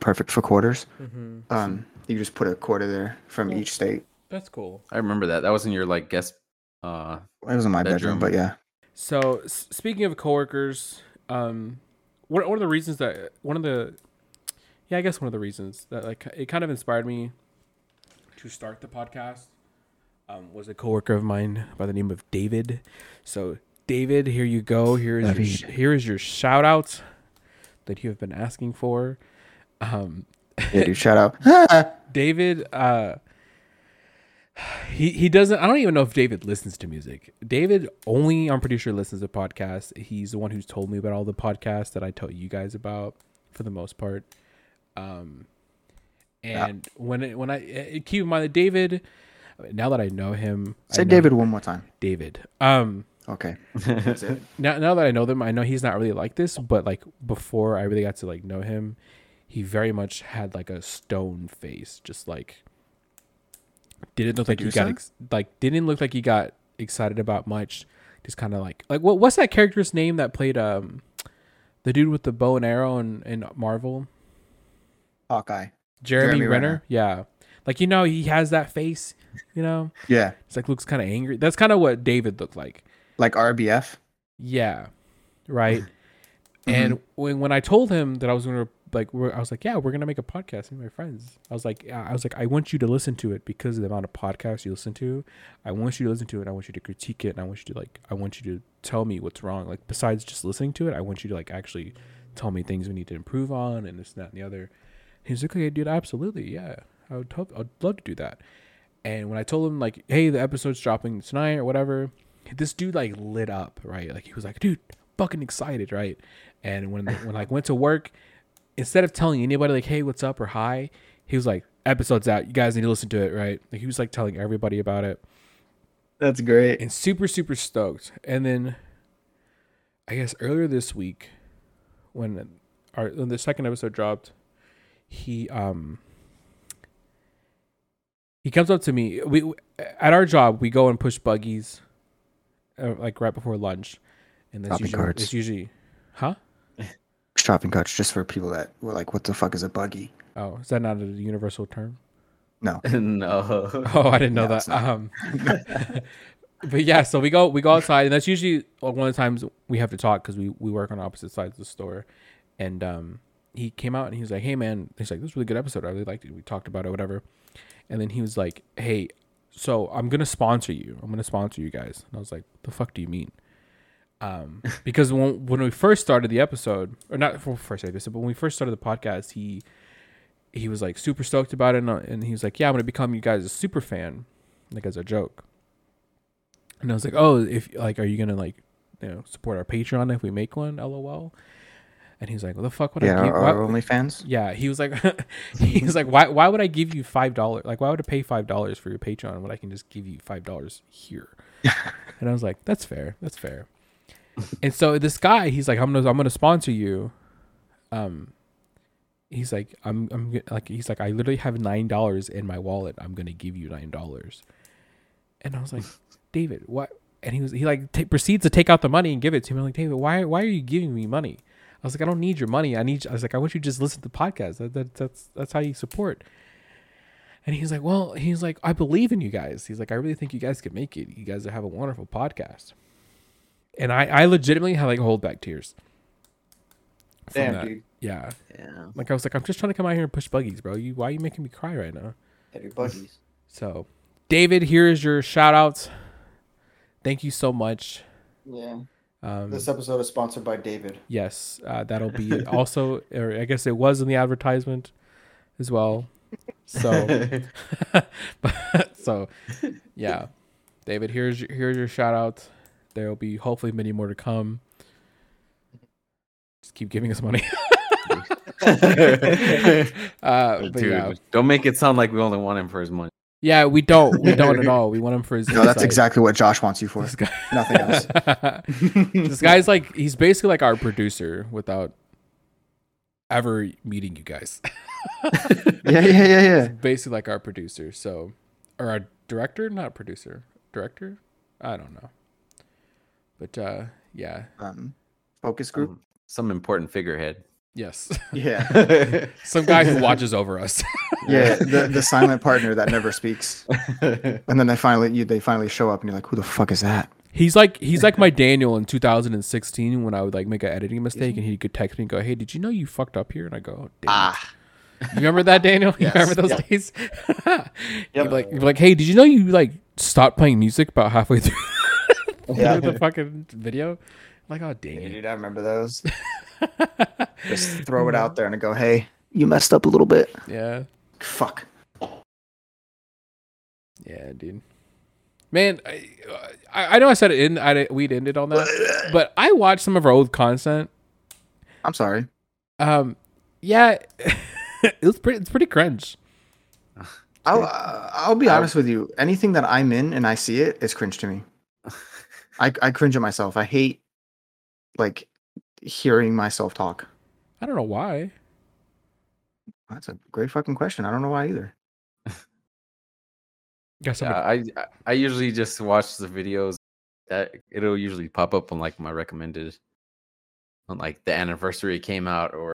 [SPEAKER 2] perfect for quarters.
[SPEAKER 1] Mhm.
[SPEAKER 2] Um, you just put a quarter there from
[SPEAKER 1] Cool.
[SPEAKER 2] each state.
[SPEAKER 1] That's cool.
[SPEAKER 3] I remember that. That was in your like guest uh
[SPEAKER 2] It was in my bedroom,
[SPEAKER 3] Bedroom.
[SPEAKER 2] but yeah.
[SPEAKER 1] So s- speaking of coworkers, um, one one of the reasons that one of the, yeah, I guess one of the reasons that like it kind of inspired me to start the podcast um, was a coworker of mine by the name of David. So David, here you go. Here is your, sh- here is your shout out that you have been asking for. Um,
[SPEAKER 2] Yeah, dude, shout out.
[SPEAKER 1] David, uh, he he doesn't. I don't even know if David listens to music. David only, I'm pretty sure, listens to podcasts. He's the one who's told me about all the podcasts that I tell you guys about, for the most part. Um, and when it, when I eh, keep in mind that David, now that I know him, I
[SPEAKER 2] Say
[SPEAKER 1] know-
[SPEAKER 2] David one more time.
[SPEAKER 1] David. Um,
[SPEAKER 2] Okay.
[SPEAKER 1] now now that I know them, I know he's not really like this, but like before I really got to like know him, he very much had like a stone face, just like didn't look like he got
[SPEAKER 2] Medusa?
[SPEAKER 1] ex- like didn't look like he got excited about much. Just kind of like like what what's that character's name that played um the dude with the bow and arrow in, in Marvel?
[SPEAKER 2] Hawkeye.
[SPEAKER 1] Jeremy,
[SPEAKER 2] Jeremy
[SPEAKER 1] Renner.
[SPEAKER 2] Renner.
[SPEAKER 1] Yeah. Like you know he has that face, you know?
[SPEAKER 2] Yeah.
[SPEAKER 1] It's like looks kind of angry. That's kind of what David looked like.
[SPEAKER 2] Like RBF.
[SPEAKER 1] Yeah. Right. And when when I told him that I was gonna like, we're, I was like, yeah, we're gonna make a podcast. Me and my friends. I was like, yeah, I was like, I want you to listen to it because of the amount of podcasts you listen to. I want you to listen to it. I want you to critique it, and I want you to like, I want you to tell me what's wrong. Like besides just listening to it, I want you to like actually tell me things we need to improve on and this, and that, and the other. He's like, okay, dude, absolutely, yeah. I would hope, I'd love to do that. And when I told him like, hey, the episode's dropping tonight or whatever, this dude like lit up, right? Like he was like, dude, fucking excited, right? And when when like went to work, instead of telling anybody like, hey, what's up or hi, he was like, episode's out, you guys need to listen to it, right? Like he was like telling everybody about it.
[SPEAKER 2] That's great.
[SPEAKER 1] and super super stoked and then i guess earlier this week when our when the second episode dropped he um he comes up to me we at our job we go and push buggies uh, like right before lunch and that's
[SPEAKER 2] Shopping
[SPEAKER 1] usually
[SPEAKER 2] carts.
[SPEAKER 1] it's usually huh
[SPEAKER 2] Shopping carts just for people that were like, "What the fuck is a buggy?"
[SPEAKER 1] oh is that not a universal term
[SPEAKER 2] No.
[SPEAKER 3] no.
[SPEAKER 1] oh i didn't know
[SPEAKER 2] No, it's
[SPEAKER 1] that um but yeah so we go we go outside and that's usually like, one of the times we have to talk because we we work on opposite sides of the store and um he came out and he was like hey man he's like this was a really good episode i really liked it we talked about it whatever and then he was like hey so i'm gonna sponsor you i'm gonna sponsor you guys and i was like the fuck do you mean um because when, when we first started the episode or not for first episode but when we first started the podcast he he was like super stoked about it and, uh, and he was like yeah i'm gonna become you guys a super fan like as a joke and i was like oh if like are you gonna like you know support our patreon if we make one lol and he's like well the fuck would
[SPEAKER 2] Yeah,
[SPEAKER 1] i give,
[SPEAKER 2] our,
[SPEAKER 1] why-
[SPEAKER 2] our OnlyFans.
[SPEAKER 1] yeah, he was like, he was like, why, why would I give you five dollars? Like, why would I pay five dollars for your Patreon when I can just give you five dollars here? and I was like, that's fair, that's fair. and so this guy, he's like, I'm gonna, I'm gonna sponsor you. Um, he's like, I'm, I'm g- like, he's like, I literally have nine dollars in my wallet. I'm gonna give you nine dollars. And I was like, David, what? And he was, he like ta proceeds to take out the money and give it to me. I'm like, David, why, why are you giving me money? I was like, I don't need your money. I need. I was like, I want you to just listen to the podcast. That, that, that's that's how you support. And he's like, well, he's like, I believe in you guys. He's like, I really think you guys could make it. You guys have a wonderful podcast. And I, I legitimately had like hold back tears. from
[SPEAKER 2] Damn,
[SPEAKER 1] that.
[SPEAKER 2] dude.
[SPEAKER 1] Yeah,
[SPEAKER 3] Yeah.
[SPEAKER 1] like I was like, I'm just trying to come out here and push buggies, bro. You, why are you making me cry right now?
[SPEAKER 2] Heavy
[SPEAKER 3] buggies.
[SPEAKER 1] So, David, here is your shout outs. Thank you so much.
[SPEAKER 2] Yeah.
[SPEAKER 1] Um,
[SPEAKER 2] episode is sponsored by David.
[SPEAKER 1] Yes, uh, that'll be it also, or I guess it was in the advertisement as well.
[SPEAKER 2] Oh.
[SPEAKER 1] So, but, so yeah, David, here's your, here's your shout out. There will be hopefully many more to come. Just keep giving us money. uh, but
[SPEAKER 3] Dude,
[SPEAKER 1] yeah,
[SPEAKER 3] don't make it sound like we only want him for his money.
[SPEAKER 1] yeah, we don't, we don't at all. We want him for his.
[SPEAKER 2] No, that's
[SPEAKER 1] insight.
[SPEAKER 2] exactly what Josh wants you for.
[SPEAKER 1] This guy-
[SPEAKER 2] Nothing else.
[SPEAKER 1] this guy's like he's basically like our producer without ever meeting you guys.
[SPEAKER 2] yeah, yeah, yeah, yeah.
[SPEAKER 1] basically like our producer, so or our director, not producer, director. I don't know, but uh, yeah,
[SPEAKER 2] Um, focus group.
[SPEAKER 3] Um, Some important figurehead.
[SPEAKER 1] yes,
[SPEAKER 2] yeah.
[SPEAKER 1] some guy who watches over us.
[SPEAKER 2] Yeah, the, the silent partner that never speaks. And then they finally you they finally show up and you're like, who the fuck is that?
[SPEAKER 1] he's like he's like my Daniel in 2016 when I would like make an editing mistake and he could text me and go, "Hey, did you know you fucked up here?" And I go, oh, damn.
[SPEAKER 2] Ah.
[SPEAKER 1] You remember that, Daniel? You
[SPEAKER 2] Yes.
[SPEAKER 1] remember those
[SPEAKER 2] Yeah.
[SPEAKER 1] days? You'd be like, you'd be like, hey, did you know you like stopped playing music about halfway through,
[SPEAKER 2] Yeah.
[SPEAKER 1] through the fucking video? I'm like, oh dang it.
[SPEAKER 2] I remember those. Just throw it out there and go, hey, you messed up a little bit.
[SPEAKER 1] Yeah.
[SPEAKER 2] Fuck.
[SPEAKER 1] Yeah, dude. Man, I, I I know I said it in I, we'd ended on that, but I watched some of our old content.
[SPEAKER 2] I'm sorry.
[SPEAKER 1] Um, yeah, it was pretty. It's pretty cringe.
[SPEAKER 2] I'll uh, I'll be honest with you. Anything that I'm in and I see it, it's cringe to me. I I cringe at myself. I hate like hearing myself talk.
[SPEAKER 1] I don't know why.
[SPEAKER 2] That's a great fucking question. I don't know why either.
[SPEAKER 1] Got
[SPEAKER 3] Yeah,
[SPEAKER 1] somebody.
[SPEAKER 3] I I- I usually just watch the videos that it'll usually pop up on like my recommended on like the anniversary came out or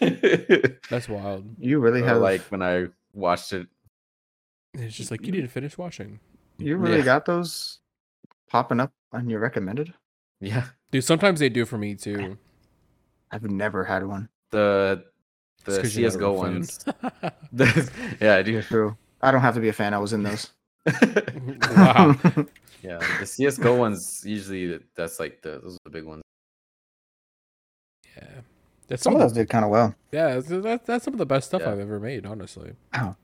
[SPEAKER 1] That's wild.
[SPEAKER 2] You really
[SPEAKER 3] or
[SPEAKER 2] have
[SPEAKER 3] Oh, like when I watched it.
[SPEAKER 1] It's just like you didn't finish watching,
[SPEAKER 2] You really
[SPEAKER 3] Yeah.
[SPEAKER 2] got those popping up on your recommended?
[SPEAKER 3] Yeah.
[SPEAKER 1] dude. Sometimes they do for me too.
[SPEAKER 2] I've never had one.
[SPEAKER 3] The
[SPEAKER 1] It's
[SPEAKER 3] the
[SPEAKER 1] 'cause you're not a
[SPEAKER 3] CSGO
[SPEAKER 1] real fan.
[SPEAKER 3] ones. The- yeah, dude.
[SPEAKER 2] True. I don't have to be a fan. I was in those.
[SPEAKER 1] wow.
[SPEAKER 3] Yeah. The CSGO ones usually that's like the those are the big ones.
[SPEAKER 1] Yeah, that's
[SPEAKER 2] Some of those did kind of well.
[SPEAKER 1] Yeah, that's, that's, that's some of the best stuff
[SPEAKER 3] Yeah.
[SPEAKER 1] I've ever made, honestly.
[SPEAKER 2] Yeah,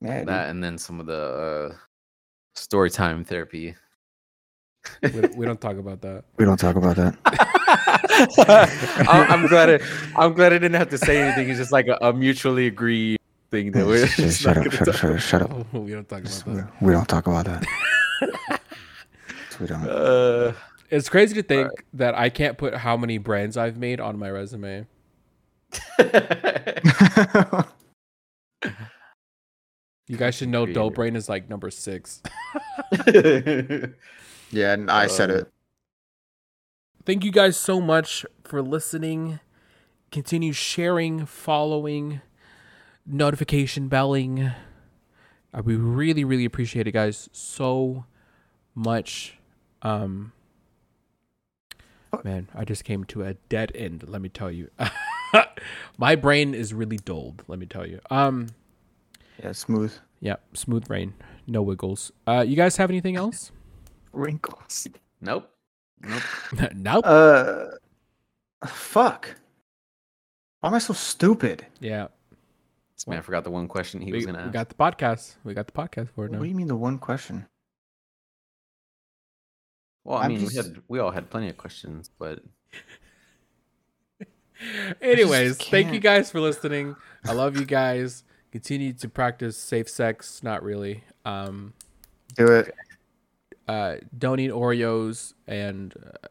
[SPEAKER 2] dude.
[SPEAKER 3] That and then some of the uh, story time therapy.
[SPEAKER 1] We, don't- we don't talk about that.
[SPEAKER 2] we don't talk about that.
[SPEAKER 3] I- I'm glad it, I'm glad I didn't have to say anything. It's just like a, a mutually agreed thing that we're just
[SPEAKER 4] shut,
[SPEAKER 3] not
[SPEAKER 4] up,
[SPEAKER 3] gonna
[SPEAKER 4] shut up,
[SPEAKER 3] talk
[SPEAKER 4] shut up, shut up,
[SPEAKER 1] Oh, we don't talk
[SPEAKER 4] Just-
[SPEAKER 1] about that.
[SPEAKER 4] We don't talk about that. we don't.
[SPEAKER 3] Uh,
[SPEAKER 1] It's crazy to think that I can't put how many brands I've made on my resume. You guys should know
[SPEAKER 3] Creative.
[SPEAKER 1] Dope Brain is like number six.
[SPEAKER 2] yeah, and I said
[SPEAKER 3] Um,
[SPEAKER 2] it.
[SPEAKER 1] Thank you guys so much for listening. Continue sharing, following, notification belling. Uh, We really, really appreciate it, guys, so much. Um,
[SPEAKER 3] Oh.
[SPEAKER 1] man, I just came to a dead end. Let me tell you, my brain is really dulled. Let me tell you. Um,
[SPEAKER 2] Yeah, smooth
[SPEAKER 1] yeah, smooth brain, no wiggles. Uh, you guys have anything else?
[SPEAKER 2] wrinkles.
[SPEAKER 3] nope. Nope.
[SPEAKER 1] nope.
[SPEAKER 2] Uh, fuck. Why am I so stupid?
[SPEAKER 1] Yeah,
[SPEAKER 3] This man forgot the one question he
[SPEAKER 1] we,
[SPEAKER 3] was gonna
[SPEAKER 1] we
[SPEAKER 3] ask.
[SPEAKER 1] got the podcast. We got the podcast for it now.
[SPEAKER 2] What do you mean the one question?
[SPEAKER 3] well, I
[SPEAKER 2] I'm
[SPEAKER 3] mean, we
[SPEAKER 2] just-
[SPEAKER 3] had we all had plenty of questions, but
[SPEAKER 1] Anyways, thank you
[SPEAKER 2] can't.
[SPEAKER 1] guys for listening. I love you guys. Continue to practice safe sex, not really. Um,
[SPEAKER 2] Do it.
[SPEAKER 1] uh, don't eat Oreos and uh,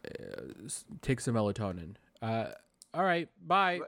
[SPEAKER 1] s- take some melatonin. Uh, all right, bye.